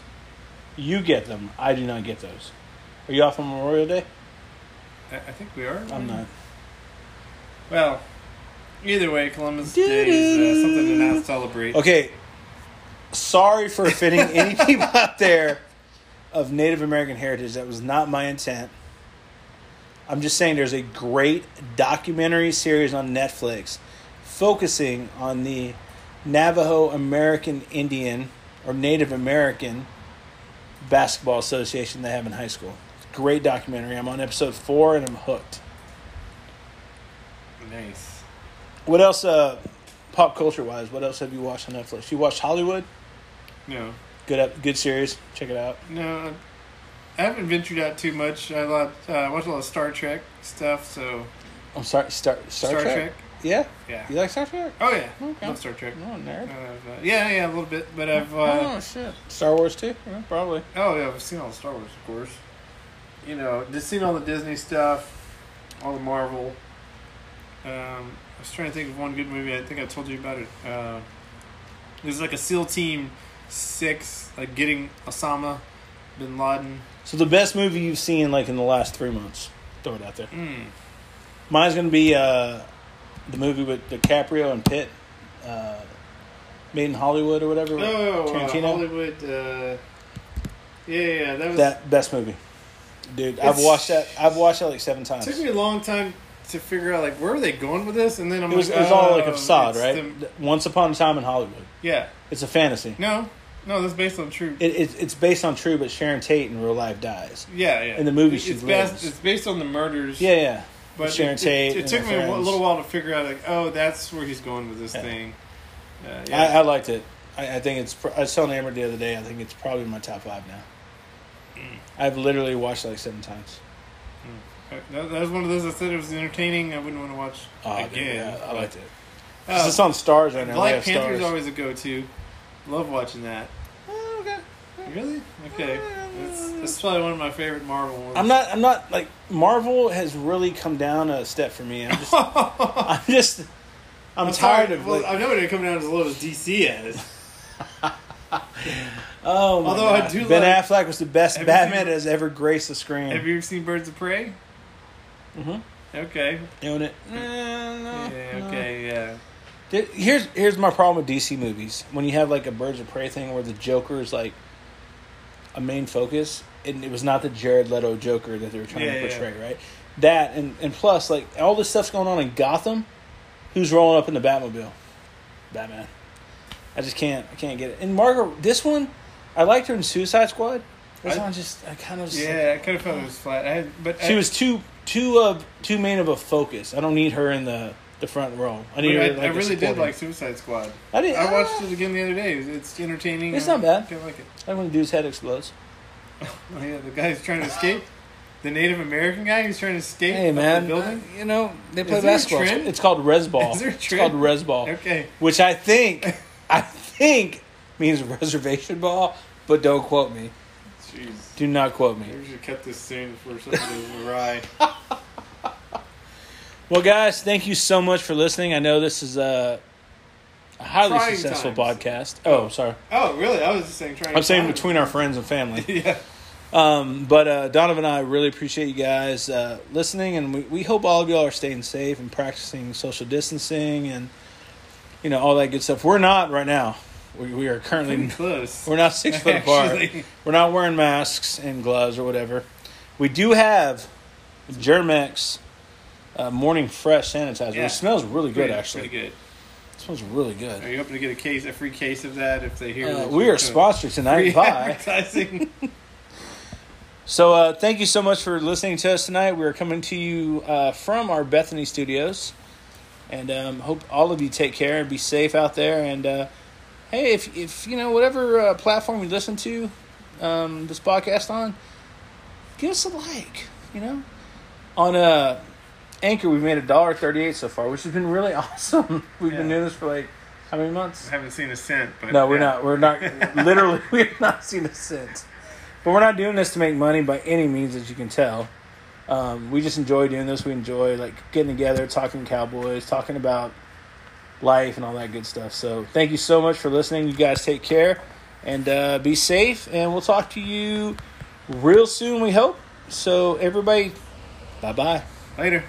You get them. I do not get those. Are you off on Memorial Day? I, I think we are. I'm not. Well, either way, Columbus Day is uh, something to not celebrate. Okay. Sorry for offending any people out there of Native American heritage. That was not my intent. I'm just saying there's a great documentary series on Netflix focusing on the Navajo American Indian or Native American Basketball Association they have in high school. Great documentary. I'm on episode four and I'm hooked. Nice. What else? Uh, pop culture wise, what else have you watched on Netflix? You watched Hollywood? No, Good up, good series. Check it out. no, I haven't ventured out too much. I lot, uh, I watch a lot of Star Trek stuff. So I'm sorry, Oh, Star Star, Trek? Yeah, yeah. you like Star Trek? Oh yeah, Okay. love Star Trek. No, nerd. I've, uh, yeah, yeah, a little bit, but I've oh uh, shit, Star Wars too? Yeah, probably. oh yeah, I've seen all the Star Wars, of course. You know, just seen all the Disney stuff, all the Marvel. Um, I was trying to think of one good movie. I think I told you about it. Uh, it was like a SEAL Team Six, like getting Osama bin Laden. So the best movie you've seen like in the last three months? Throw it out there. Mm. Mine's gonna be uh, the movie with DiCaprio and Pitt, uh, made in Hollywood or whatever. Oh, uh, Tarantino. Hollywood. Uh, yeah, yeah, that was. that best movie, dude. I've It's- watched that. I've watched that like seven it times. took me a long time to figure out like where were they going with this, and then I'm It was, like, it was all like oh, facade, it's right? the- Th- Once upon a time in Hollywood. yeah. It's a fantasy. No, no, that's based on true. It, it, it's based on true, but Sharon Tate in real life dies. yeah, yeah. in the movie it's she bas- lives. it's based on the murders. Yeah, yeah. but Sharon it, Tate. It, it and took her me a wh- friends. little while to figure out like, oh, that's where he's going with this Yeah. thing. Uh, yeah. I, I liked it. I, I think it's. pr- I was telling Amber the other day. I think it's probably my top five now. Mm. I've literally watched it like seven times. that, that was one of those I said it was entertaining. I wouldn't want to watch Oh, dude, again. yeah, I liked it. Uh, 'Cause it's on stars right now. we Black have Panther's stars. always a go-to. Love watching that. Oh, okay. Really? Okay. That's, that's probably one of my favorite Marvel ones. I'm not. I'm not like Marvel has really come down a step for me. I'm just. I'm just. I'm, tired of. Well, like, I know it didn't come down as low as DC is. oh my although I God. do Ben like- Affleck was the best Have you Batman seen- that has ever graced the screen. Have you ever seen Birds of Prey? Mhm. Okay. Own it. Yeah, okay, yeah. Dude, Here's here's my problem with DC movies. When you have like a Birds of Prey thing where the Joker is like a main focus, and it was not the Jared Leto Joker that they were trying Yeah, to yeah, portray, right? That and and plus like all this stuff's going on in Gotham. Who's rolling up in the Batmobile? Batman. I just can't I can't get it. And Margaret, this one, I liked her in Suicide Squad. This I- one just I kind of just, like, Yeah, I kind of felt it was flat. I had, but she I, was too too of too main of a focus. I don't need her in the the front row. I but need I, her. Like, I a really did supporting- like Suicide Squad. I did. I watched it again the other day. It's- It's entertaining. It's I not bad. kinda like it. Like when the dude's head explodes. Oh, yeah, the guy who's trying to escape. the Native American guy who's trying to escape Hey up man, the building. uh, you know they play Is there a basketball. It's- trend? It's called res ball. Is there a It's trend? called res ball, Okay. which I think, I think means reservation ball. But don't quote me. Jeez. Do not quote me. Maybe we should cut this soon before something goes awry. Well, guys, thank you so much for listening. I know this is a, a highly Trying successful times. podcast. Oh, sorry. Oh, really? I was just saying trying. I'm saying time. between our friends and family. Yeah. Um, but uh, Donovan and I really appreciate you guys uh, listening, and we, we hope all of y'all are staying safe and practicing social distancing and you know all that good stuff. We're not right now. We, we are Pretty currently close. we're not six foot apart. Actually. We're not wearing masks and gloves or whatever. We do have Germex uh, Morning Fresh sanitizer. Yeah. It smells really good, Pretty- actually. Pretty good. It smells really Are good. you hoping to get a case, a free case of that if they hear? Uh, that we you're are doing sponsored free tonight by. advertising? So uh, thank you so much for listening to us tonight. We are coming to you uh, from our Bethany studios, and um, hope all of you take care and be safe out there. And uh, hey, if if you know whatever uh, platform you listen to um, this podcast on, give us a like. You know, on uh, Anchor we've made a dollar thirty eight so far, which has been really awesome. We've been Yeah. doing this for like how many months? I haven't seen a cent, but No, we're yeah. not. We're not. literally, we have not seen a cent. But we're not doing this to make money by any means, as you can tell. Um, we just enjoy doing this. We enjoy like getting together, talking Cowboys, talking about life and all that good stuff. So thank you so much for listening. You guys take care and uh, be safe. And we'll talk to you real soon. We hope. So everybody, bye bye. Later.